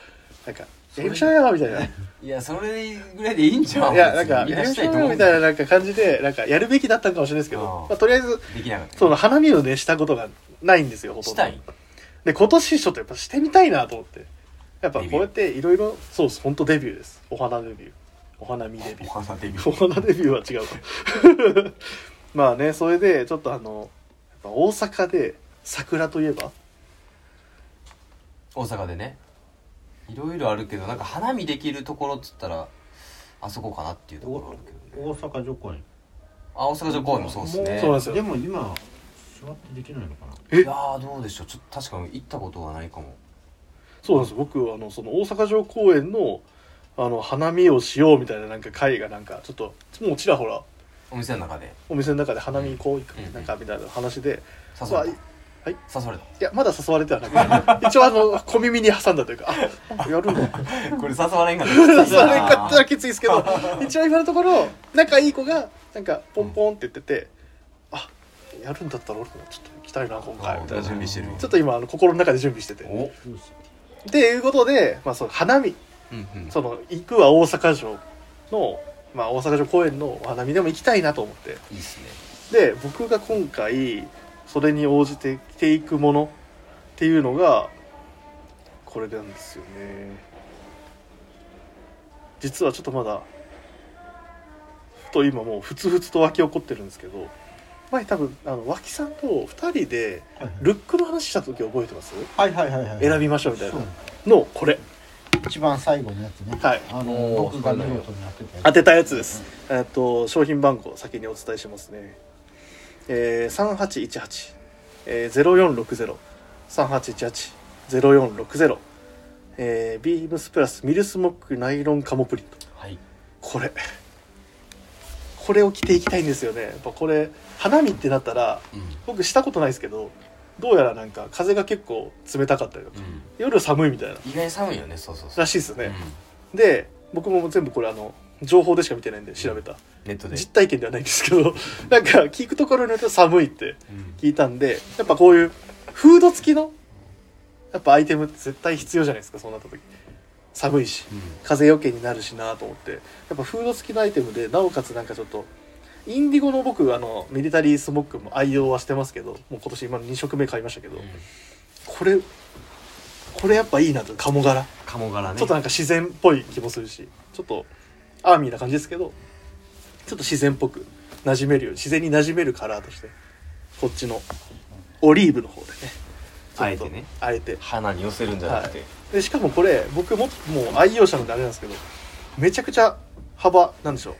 S3: なんかエレクションやみたいな。
S2: いやそれぐらいでいいんじゃん
S3: いや、なんか、
S2: み
S3: エ
S2: んな
S3: レクシ
S2: したい
S3: ョ
S2: と
S3: ン
S2: 思
S3: や
S2: う
S3: みたいななんか感じで、なんか、やるべきだったのかもしれないですけ
S2: あ
S3: ど
S2: あ、
S3: まあ、とりあえず、
S2: できなかった
S3: その花見をね、したことがないんですよ、ほと
S2: し
S3: んど
S2: た。い
S3: で、今年ちょっとやっぱしてみたいなと思って。やっぱこ
S2: デビュー
S3: うやっていろいろ、そうです、ほんとデビューです。お花デビュー。お花見デビュ
S2: お
S3: ー。
S2: 花デビュ
S3: お
S2: ー
S3: 花デビューは違うか まあねそれでちょっとあのやっぱ大阪で桜といえば
S2: 大阪でねいろいろあるけどなんか花見できるところっつったらあそこかなっていうところあるけどね
S5: 大阪女公園
S2: あ大阪城公園もそうですね
S3: そうなんですよ
S5: でも今座ってできないのかない
S3: え
S2: いやーどうでしょうちょっと確かに行ったことはないかも
S3: そうなんです僕あのその大阪城公園のあの花見をしようみたいななんか会がなんかちょっともうちらほら
S2: お店の中で
S3: お店の中で花見行こう行く
S2: うん
S3: なんかみたいな話で、
S2: 誘
S3: ま
S2: わ
S3: あ
S2: れ
S3: い
S2: た
S3: はい
S2: 誘われ
S3: いやまだ誘われてはなく て一応あの小耳に挟んだというかあやるの
S2: た これ誘われんかった
S3: 誘われ方はきついですけど一応今のところ仲いい子がなんかポンポンって言ってて、あやるんだったら俺もちょっと行きたいな今回みたいな
S2: 準
S3: ち
S2: 備してるんや
S3: ょっと今あの心の中で準備しててっ
S2: お
S5: どうして
S3: ていうことで、まあ、その花見
S2: うんうん
S3: その行くは大阪城の、まあ、大阪城公園のお花見でも行きたいなと思って
S2: いいっすね
S3: で僕が今回それに応じて着ていくものっていうのがこれなんですよね実はちょっとまだふと今もうふつふつと湧き起こってるんですけど前多分あの脇さんと2人でルックの話した時覚えてます
S5: はいはいはいはい
S3: 選びましょうみたいなのこれ
S5: 一番最後のやつね
S3: はい
S5: あの
S2: おー
S5: 僕が見事に当てた
S3: 当てたやつです、えっと商品番号を先にお伝えしますね、えー、3818-0460 3818-0460えー、ビームスプラスミルスモックナイロンカモプリント
S2: はい
S3: これこれを着ていきたいんですよねやっぱこれ花見ってなったら
S2: うん
S3: 僕したことないですけどどうやらなんか風が結構冷たかったりとか
S2: うん
S3: 夜寒いみたいな
S2: 意外に寒いよねそうそうそう
S3: らしいですよね、
S2: うん
S3: で僕も全部これあの情報でしか見てないんで調べた
S2: ネットで
S3: 実体験ではないんですけど なんか聞くところによると寒いって
S2: うん
S3: 聞いたんでやっぱこういうフード付きのやっぱアイテムって絶対必要じゃないですかそうなった時寒いし
S2: うん
S3: 風よけになるしなと思ってやっぱフード付きのアイテムでなおかつなんかちょっとインディゴの僕あのミリタリースモックも愛用はしてますけどもう今年今の2色目買いましたけどこれこれやっぱいいなと鴨柄
S2: 鴨柄ね
S3: ちょっとなんか自然っぽい気もするしちょっとアーミーな感じですけどちょっと自然っぽく馴染めるように自然に馴染めるカラーとしてこっちのオリーブの方でねちょっと
S2: あえてね
S3: あえて
S2: 花に寄せるんじゃなくて
S3: でしかもこれ僕ももう愛用者なんであれなんですけどめちゃくちゃ幅なんでしょう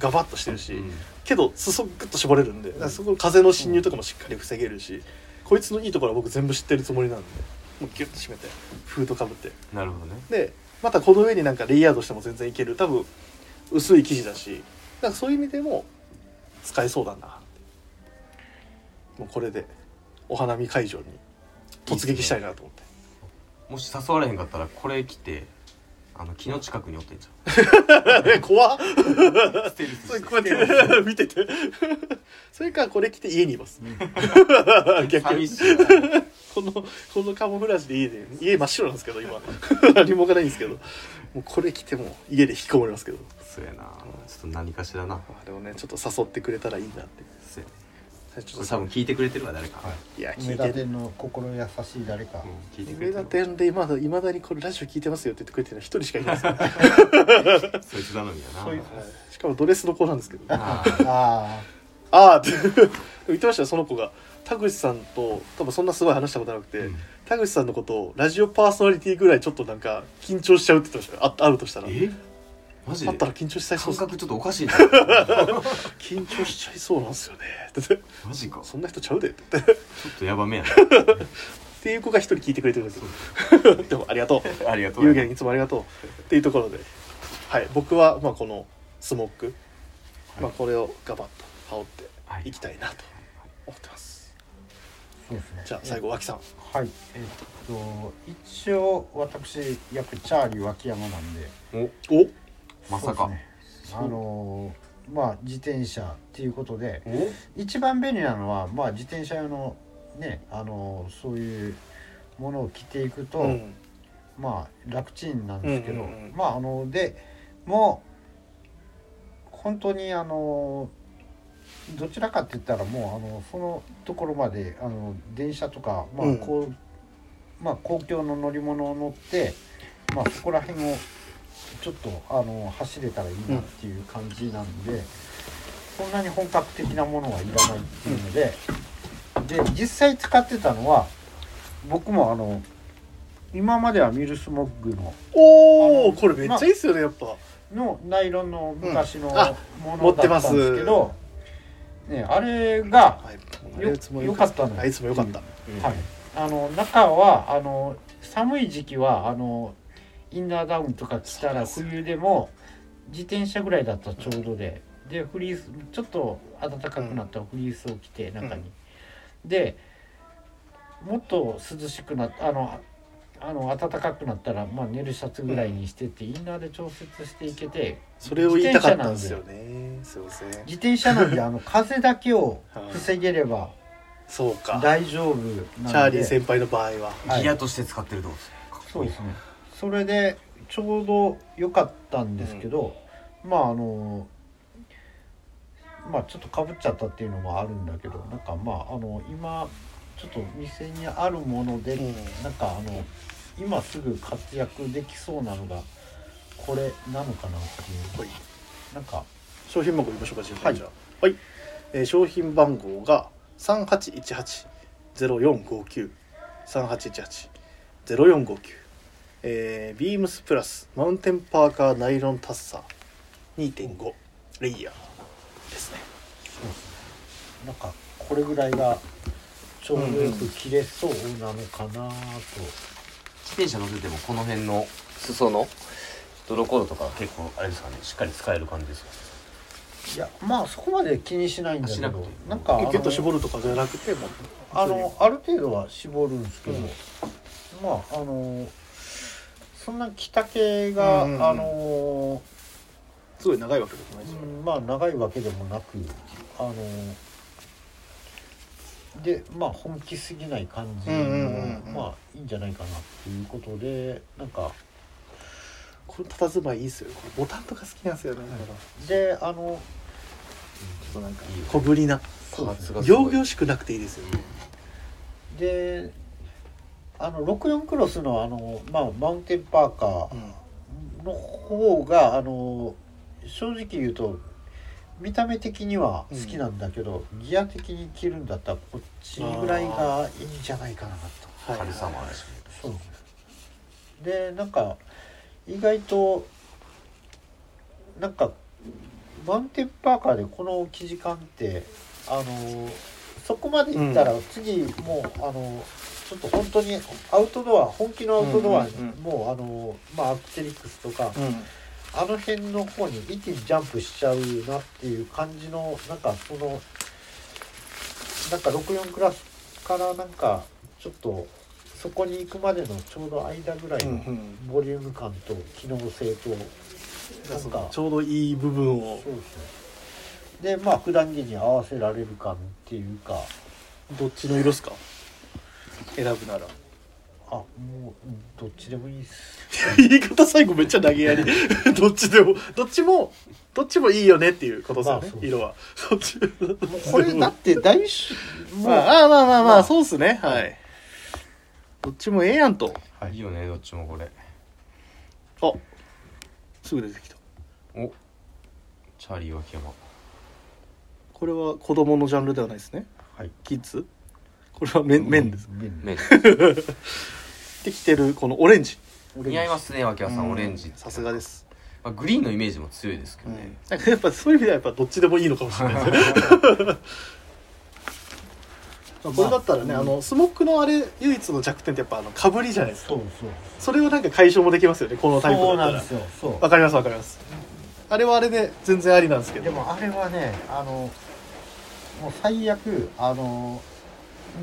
S3: ガバッとしてるし、
S2: うん
S3: けど裾グッと絞れるんでだからそこの風の侵入とかもしっかり防げるし、こいつのいいところは僕全部知ってるつもりなんでもうギュッと締めてフードかぶって
S2: なるほどね
S3: でまたこの上になんかレイヤードしても全然いける多分薄い生地だしなんかそういう意味でも使えそうだなってもうこれでお花見会場に突撃したいなと思って
S2: もし誘われへんかったらこれ来てあの木の近くにおってんじ
S3: え 怖っ
S2: ゃんステルス
S3: そ
S2: し
S3: れ
S2: て
S3: こうやって 見ててそれかこれ着て家にいます 逆
S2: 寂
S3: に
S2: しいな
S3: このこのカモフラージュで家で家真っ白なんですけど今 何も置かないんですけどもうこれ着ても家で引きこもりますけど
S2: そうやなちょっと何かしらな
S3: あでもねちょっと誘ってくれたらいいなって
S2: そうやね
S3: ち
S2: ち
S3: ょ
S2: ょ
S3: っ
S2: っと
S3: と
S2: 多分聞いてくれてるわ誰か、
S3: いや聞
S5: 梅
S3: い
S5: 田
S3: てる
S5: 店の心優しい誰か
S2: うん、聞いてくれ
S3: 上
S2: て
S3: 田
S2: る
S3: 店で今いまだにこれラジオ聞いてますよって言ってくれてるのは一人しかいない ですから、
S2: そいつ頼みやな
S5: そういう
S3: しかもドレスの子なんですけどあ
S2: あ
S5: あ
S3: あって 言ってましたよその子が田口さんと多分そんなすごい話したことなくて、
S2: ーうん
S3: 田口さんのことをラジオパーソナリティぐらいちょっとなんか緊張しちゃうって言ってましたよあ会うとしたら
S2: えマジで
S3: 会ったら緊張しちゃいそう
S2: 感
S3: っす
S2: 覚ちょっとおか しいな
S3: 緊張しちゃいそうなんですよね って言って
S2: マジかちょ
S3: そんな人ちゃうでって言って
S2: っとヤバめや
S3: っていう子が一人聞いてくれてるんですよ でもありがとう
S2: なありがとう
S3: 有限いつもありがとうっていうところで、はい、僕はまあこのスモック、まあ、これをガバッと羽織って
S2: はい
S3: いきたいなと思ってます、
S5: あそうですね
S3: じゃあ最後脇さん
S5: はいえっと一応私やっぱりチャーリー脇山なんで
S3: お
S2: まさか
S5: そうですねあのーまあ自転車っていうことで
S2: お
S5: 一番便利なのは、まあ、自転車用のねあのそういうものを着ていくと、
S3: うん
S1: まあ楽ちんなんですけど、
S3: うんうんうん
S1: まああのでもう本当にあのどちらかって言ったらもうあのそのところまであの電車とか、まあ
S3: うん
S1: こうまあ、公共の乗り物を乗って、まあ、そこら辺をちょっとあの走れたらいいなっていう感じなんで、そんなに本格的なものはいらないっていうので、で実際使ってたのは僕もあの今まではミルスモッグの
S3: お
S1: あの
S3: おこれめっちゃいいっすよねやっぱ
S1: のナイロンの昔の
S3: んあ
S1: も
S3: 持
S1: の
S3: って
S1: だ
S3: ま
S1: っ
S3: す
S1: たんですけど、ね、あれが、
S3: はい
S1: よ
S3: いつも
S1: よかったの
S3: あいつもよかった
S1: はい、あの中はあの寒い時期はあのインナーダウンとか着たら冬でも自転車ぐらいだったらちょうどででフリースちょっと暖かくなったらフリースを着て中に、でもっと涼しくなっあのあの暖かくなったら、まあ、寝るシャツぐらいにしてって、インナーで調節していけて
S3: それを言いたかったんですよねすいません
S1: 自転車なんであの風だけを防げれば
S3: そうか
S1: 大丈夫なので
S3: チャーリー先輩の場合は
S1: はい
S2: ギアとして使ってるってことですねかっ
S1: そ
S2: こ
S1: う
S2: いい
S1: ですねそれでちょうど良かったんですけど、まああのまあちょっとかぶっちゃったっていうのもあるんだけどなんかまああの今ちょっと店にあるもので、
S3: うん
S1: なんかあの今すぐ活躍できそうなのがこれなのかなっていう
S3: はい
S1: なんか
S3: 商品番号言いましょうか順
S1: は
S3: 番
S1: い
S3: にじゃあはい、えー商品番号が三八一八ゼロ四五九三八一八ゼロ四五九えービームスプラスマウンテンパーカーナイロンタッサー二点五レイヤーですね
S1: なんかこれぐらいがちょうどよく着れそうなのかなと、
S2: 自転車乗っててもこの辺の裾の泥コードとかは結構あれですかねしっかり使える感じですか
S1: いやまあそこまで気にしないんだけ
S2: し
S1: ど
S2: なくていい
S1: なんかあの
S3: ギュッと絞るとかじゃなくてもう
S1: あのある程度は絞るんですけど、
S3: うん
S1: まああのそんな着丈が、
S3: うんうんうん
S1: あの、
S3: すごい長いわけでもないし、
S1: うんまあ長いわけでもなくあのでまあ本気すぎない感じも、
S3: うんうんうんうん
S1: まあいいんじゃないかなっていうことでなんか
S3: この佇まいいいっすよこれボタンとか好きなんですよねだから
S1: であの
S3: ちょっとなんか
S2: いいよ
S3: 小ぶりな
S1: そうですね
S2: パーツがすご
S3: 仰
S2: い
S3: 々しくなくていいですよね
S1: であの64クロスのあの、まあ、マウンテンパーカー、
S3: うん
S1: の方があの正直言うと見た目的には好きなんだけど、ギア的に着るんだったらこっちぐらいがいいんじゃないかなと
S3: はい
S2: 軽さもあるし
S1: そうでなんか意外となんかマウンテンパーカーでこの生地感ってあのそこまでいったら次もう、あのちょっと本当にアウトドア本気のアウトドアに、
S3: うんうんうん
S1: もうあのまあアクテリックスとか、
S3: うん
S1: あの辺の方に一気にジャンプしちゃうなっていう感じのなんかそのなんか64クラスからなんかちょっとそこに行くまでのちょうど間ぐらいの
S3: うん
S1: ボリューム感と機能性となん
S3: そうか
S1: か
S3: ちょうどいい部分を
S1: そうですねでまあ普段着に合わせられる感っていうか
S3: どっちの色っすか選ぶなら
S1: あもうどっちでもいいっ す
S3: 言い方最後めっちゃ投げやり どっちでもどっちもどっちもいいよねっていうことですよ
S1: ま
S3: ね
S1: あそう
S3: 色はそっち
S1: これだって大しもう、
S3: まああまあまあま
S1: ま
S3: あ
S1: あ
S3: そうっすねはいどっちもええやんと
S1: はい
S2: いいよねどっちもこれ
S3: あすぐ出てきた
S2: おチャーリー脇山
S3: これは子供のジャンルではないですね
S1: はい
S3: キッズこれは面面です
S1: 面
S2: ね
S3: で着てるこのオレンジ
S2: 似合いますね脇山さんオレンジ
S3: さすがです
S2: まあグリーンのイメージも強いですけどね
S3: なんかやっぱそういう意味ではやっぱどっちでもいいのかもしれないですねまあこれだったらね、あのスモックのあれ唯一の弱点ってやっぱあのかぶりじゃないですか
S1: そうそう
S3: それをなんか解消もできますよねこのタイ
S1: そう
S3: プだった
S1: なん
S3: ら
S1: ですよそう
S3: わかりますわかりますあれはあれで全然ありなんですけど
S1: でもあれはねあのもう最悪あの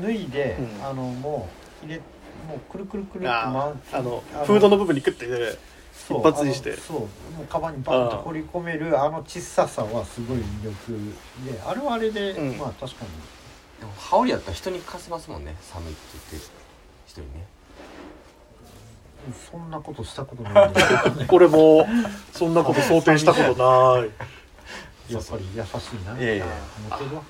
S1: 脱いで、
S3: うん
S1: あのもう入れもうくるくるくるって
S3: あ
S1: 回
S3: ーあの
S1: あの
S3: フードの部分にクッて入れる
S1: そう
S3: 一発にして
S1: あのそうもうカバンにバンと放り込めるあの小ささはすごい魅力であれはあれで、
S3: うん
S1: まあ確かに
S2: でも 羽織だったら人に貸せますもんね寒いって言ってる人にね
S1: そんなことした ことないんですけど
S3: 俺もそんなこと想定したことない
S1: やっぱり優しいな。
S2: いやいや
S1: モテるわ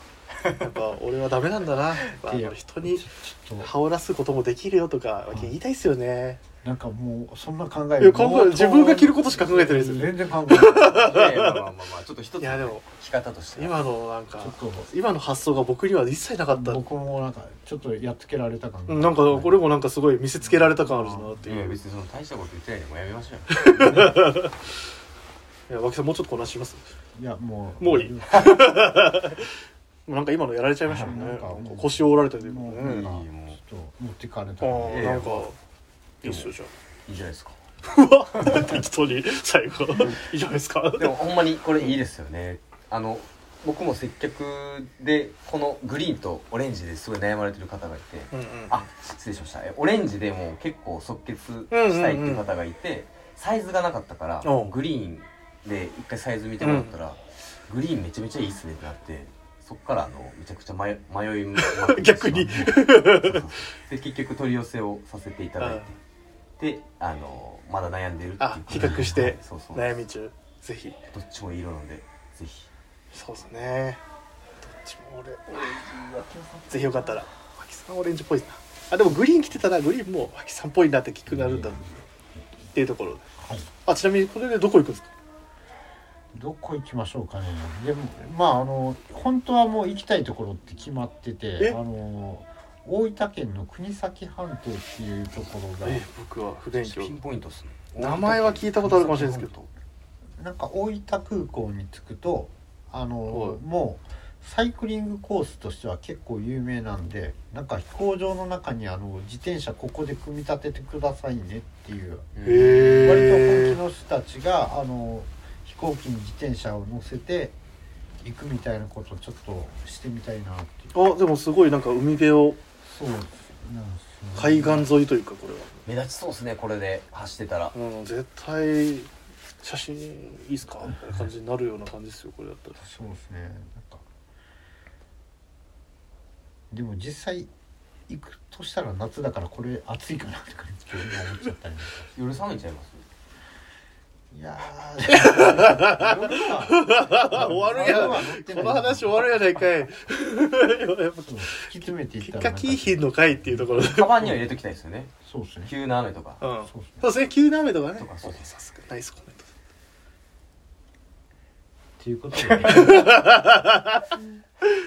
S3: やっぱ俺はダメなんだなやっぱ
S1: いや
S3: 人に
S1: ちょっと
S3: 羽織らすこともできるよとか言いたいっすよね
S1: なんかもうそんな考え
S3: いや考えない自分が着ることしか考えてないですよね
S1: 全然考えないち
S2: いやいやまあまあまあちょっと一つ
S3: いやでも
S2: 着方として
S3: 今のなんか
S1: ょっと
S3: 今の発想が僕には一切なかった
S1: 僕もなんかちょっとやっつけられた感じ
S3: うんなんかこれもなんかすごい見せつけられた感あるなって
S2: いや
S3: いう
S2: 別にその大したこと言ってないでもうやめましょうよ
S3: いや脇さんもうちょっとこなします
S1: いやもう
S3: もういいもうなんか今のやられちゃいましたもん
S1: な
S3: ね
S1: んかもう
S3: 腰を折られたりでも
S1: もう
S2: い
S3: ね
S2: いもう
S1: ちょっと持ってかれ
S3: あ
S1: た
S3: ー
S2: いや
S3: なんかいいっすよじゃ
S2: いいじゃないですか
S3: あ適当に最後いいじゃないですか
S2: でもほんまにこれいいですよねあの僕も接客でこのグリーンとオレンジですごい悩まれてる方がいて
S3: うんうん
S2: あ失礼しましたえオレンジでもう結構即決したいっていう方がいて、サイズがなかったから
S3: うん
S2: グリーンで一回サイズ見てもらったら、グリーンめちゃめちゃいいっすねってなってそっからあのめちゃくちゃ迷迷いまくってしま
S3: 逆
S2: って
S3: に
S2: そうそうで結局取り寄せをさせていただいてであのまだ悩んでるっていう
S3: あ比較して
S2: そうそう
S3: 悩み中ぜひ
S2: どっちもいい色なんでぜひ
S3: そうですねどっちも俺オレンジぜひよかったら脇さんオレンジっぽいなあでもグリーン着てたらグリーンも脇さんっぽいなって聞くなるんだっていうところで
S1: はい
S3: あちなみにこれでどこ行くんですか
S1: どこ行きましょうかねでもまああの本当はもう行きたいところって決まって
S3: え
S1: てあの大分県の国東半島っていうところが
S3: 僕は不勉
S2: ピンポイントっすね
S3: 名前は聞いたことあるかもしれないですけど
S1: なんか大分空港に着くとあの、
S3: はい
S1: もうサイクリングコースとしては結構有名なんでなんか飛行場の中にあの自転車ここで組み立ててくださいねっていう
S2: え
S1: 割と本
S3: へ
S1: 気
S3: え
S1: の人たちがあの飛行機に自転車を乗せて行くみたいなことをちょっとしてみたいなっていう
S3: あでもすごいなんか海辺を
S1: そうなんですよね
S3: 海岸沿いというかこれは
S2: 目立ちそうっすねこれで走ってたら
S3: うん絶対写真いいっすかみたいな感じになるような感じですよこれだったら
S1: そうですねなんかでも実際行くとしたら夏だからこれ暑いかなって感じで今思っちゃったりなんか
S2: 夜寒いんちゃいます
S1: いやー
S3: 終わるやんこの話終わるやないかいやっぱ
S1: そう引き詰めていっ
S3: 結
S1: たら
S3: 果
S1: なんか
S3: キーヒンの回っていうところで
S2: カバンには入れときたいですよね
S1: そうですね
S2: 急な雨とか
S3: うん
S1: そうですね
S3: そうですね急な雨とかね
S2: とかそう
S3: さすがナイスコメント
S1: っていうことで、ね、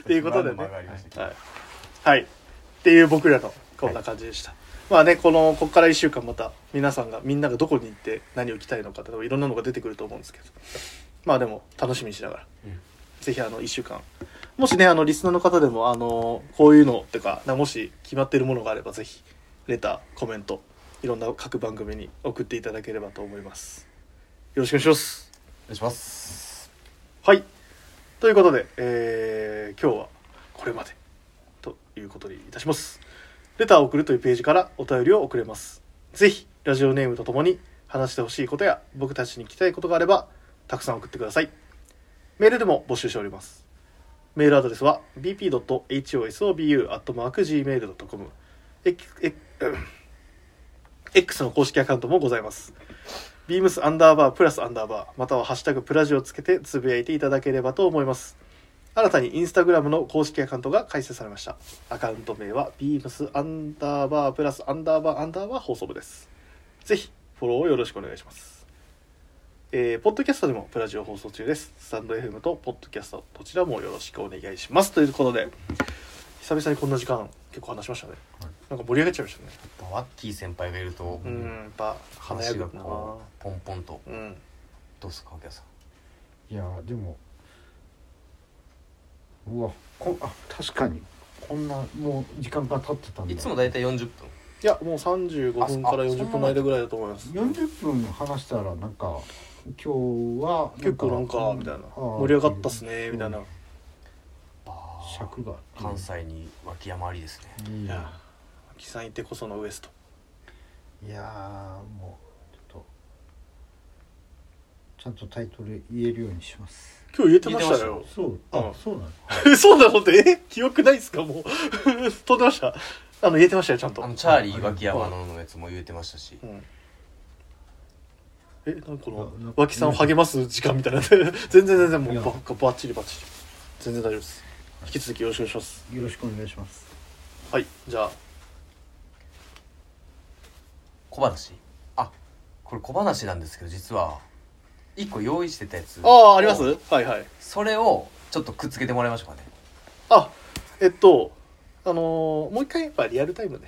S3: っていうことでね
S2: ちょっ回りましたけど
S3: はい、はい、っていう僕らのこんな感じでした、まあねこのここから1週間また皆さんがみんながどこに行って何を着たいのか多分いろんなのが出てくると思うんですけどまあでも楽しみにしながら、
S2: うん
S3: ぜひあの1週間もしねあのリスナーの方でもあのこういうのとかなもし決まっているものがあればぜひレターコメントいろんな各番組に送っていただければと思いますよろしくお願いします
S2: お願いします
S3: はい。ということで、えー今日はこれまでということにいたします。レターを送るというページからお便りを送れます。ぜひ、ラジオネームとともに話してほしいことや僕たちに聞きたいことがあれば、たくさん送ってください。メールでも募集しております。メールアドレスは bp.hosobu.gmail.com X, X, X の公式アカウントもございます。ビームスアンダーバープラスアンダーバーまたはハッシュタグプラジをつけてつぶやいていただければと思います新たにインスタグラムの公式アカウントが開設されましたアカウント名はビームスアンダーバープラスアンダーバーアンダーバー放送部ですぜひフォローをよろしくお願いしますえー、ポッドキャストでもプラジオ放送中ですスタンド FM とポッドキャストどちらもよろしくお願いしますということで久々にこんな時間結構話しましたね、
S1: はい
S3: なんか盛り上がっちゃいましたね
S2: やっぱワッキー先輩がいると
S3: うんやっぱ華や
S2: 話
S3: ぐ
S2: が
S3: な
S2: こうポンポンと
S3: うん
S2: どうっすかお客さん
S1: いやーでもうわこあ確かにこんなもう時間が経ってたんだ
S2: いつも大体40分
S3: いやもう35分から40分の間ぐらいだと思います
S1: 40分話したらなんか今日は
S3: 結構なんかみたいな盛り上がったっすねみたいな
S1: 尺が
S2: 関西に脇山ありですね
S1: い
S3: いや
S1: や
S3: 木さんいてこそのウエスト
S1: いやーもうちょっとちゃんとタイトル言えるようにします
S3: 今日言えてましたよ
S1: そうあ、
S3: うん
S1: そうなの
S3: そうなのってえ記憶ないっすかもう飛んでましたあの言えてましたよちゃんと
S2: あのチャーリー脇山ののやつも言えてましたし
S3: うんえなんかこ
S5: なな
S3: の脇さんを励ます時間みたいな 全然全然も
S5: いうや
S3: ばっかばっちりばっちり全然大丈夫です引き続きよろしくお願いします
S5: よろしくお願いします
S3: はいじゃあ
S2: 小話あこれ小話なんですけど実は一個用意してたやつ
S3: ああありますはいはい
S2: それをちょっとくっつけてもらいましょうかね
S3: あえっとあのーもう一回やっぱリアルタイムで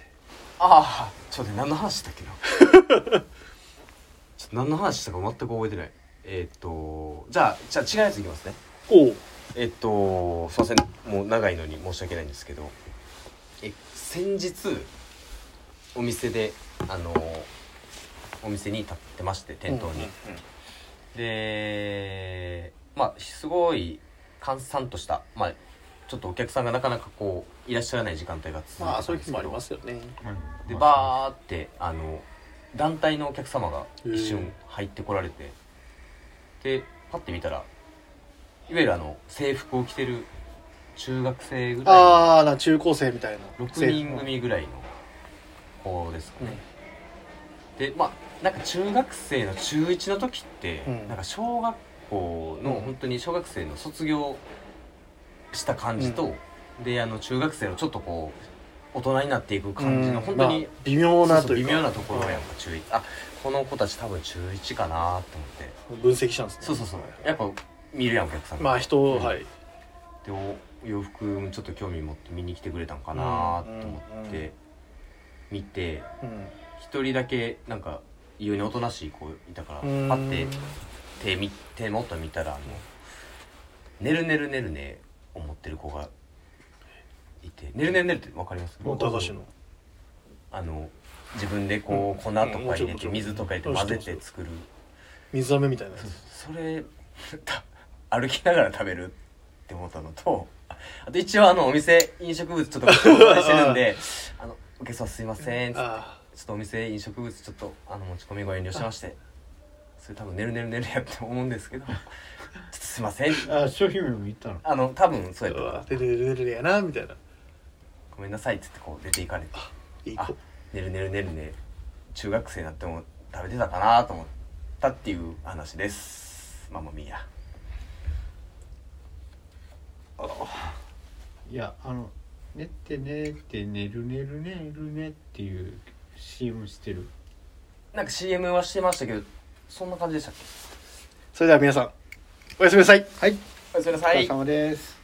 S2: ああちょっと何の話したっけな ちょっと何の話したか全く覚えてないえーっとじゃあじゃあ違うやついきますね
S3: おう
S2: えっとすいませんもう長いのに申し訳ないんですけどえ先日お店であのお店に立ってまして店頭に、でまあすごい閑散としたまあちょっとお客さんがなかなかこういらっしゃらない時間帯が続いて
S3: まあ
S2: た
S3: そうんいう
S2: で
S3: 日
S2: す
S3: もあ
S2: け
S3: りま
S2: ど
S3: すよね
S2: でバーってあの団体のお客様が一
S3: へえ
S2: 瞬入ってこられてでパッて見たらいわゆるあの制服を着てる中学生ぐら
S3: ああな中高生みたいない
S2: の6人組ぐらいの子ですかね、でまあなんか中学生の中1の時って、
S3: うん
S2: なんか小学校の、
S3: うん
S2: 本当に小学生の卒業した感じと、であの中学生のちょっとこう大人になっていく感じの、
S3: うん
S2: 本当に、
S3: まあ微妙なという
S2: 微
S3: か
S2: 妙なところやんか中一あこの子たち多分中1かなと思って
S3: 分析したんですね
S2: そうそうそうやっぱ見るやんお客さんが
S3: まあ人を
S2: うん
S3: はい
S2: でお洋服もちょっと興味持って見に来てくれたんかなと思っ
S3: うんうんうん
S2: て見て
S3: うん
S2: 一人だけなんか異様におとなしい子いたから
S3: うん
S2: パって手見手元見たらあの「ねるねるねるね」思ってる子がいて「ねるねるねる」って分かります
S3: もう駄菓子の
S2: あの自分でこう粉とか
S3: うんもち
S2: 入
S3: ろんも
S2: れ
S3: ち
S2: て
S3: ろん
S2: 水とか入れて混ぜて作る
S3: 水飴みたいなやつ
S2: それた歩きながら食べるって思ったのとあと一応あのお店飲食物ちょっとお伺いしてるんで「 あのお客様すいません」ちょ
S3: あ
S2: っとお店飲食物ちょっとあの持ち込みご遠慮してましてそれ多分「ねるねるねる」やって思うんですけど「ちょっとすいません
S5: あ商品名も言ったの」
S2: あの多分そう
S3: あ
S2: やったから
S3: でるるるるやなみたいな
S2: 「ごめんなさい」っつってこう出ていかれて
S3: いい
S2: あ
S3: 子
S2: ねるねるねるね中学生になっても食べてたかなと思ったっていう話ですママミーヤ
S5: いやあの「寝て寝て寝る寝る寝るね」っていう CM してる
S2: なんか CM はしてましたけどそんな感じでしたっけ
S3: それでは皆さんおやすみなさい
S5: はい
S2: おやすみな
S5: お
S2: さ
S5: 疲
S2: い
S5: れ様です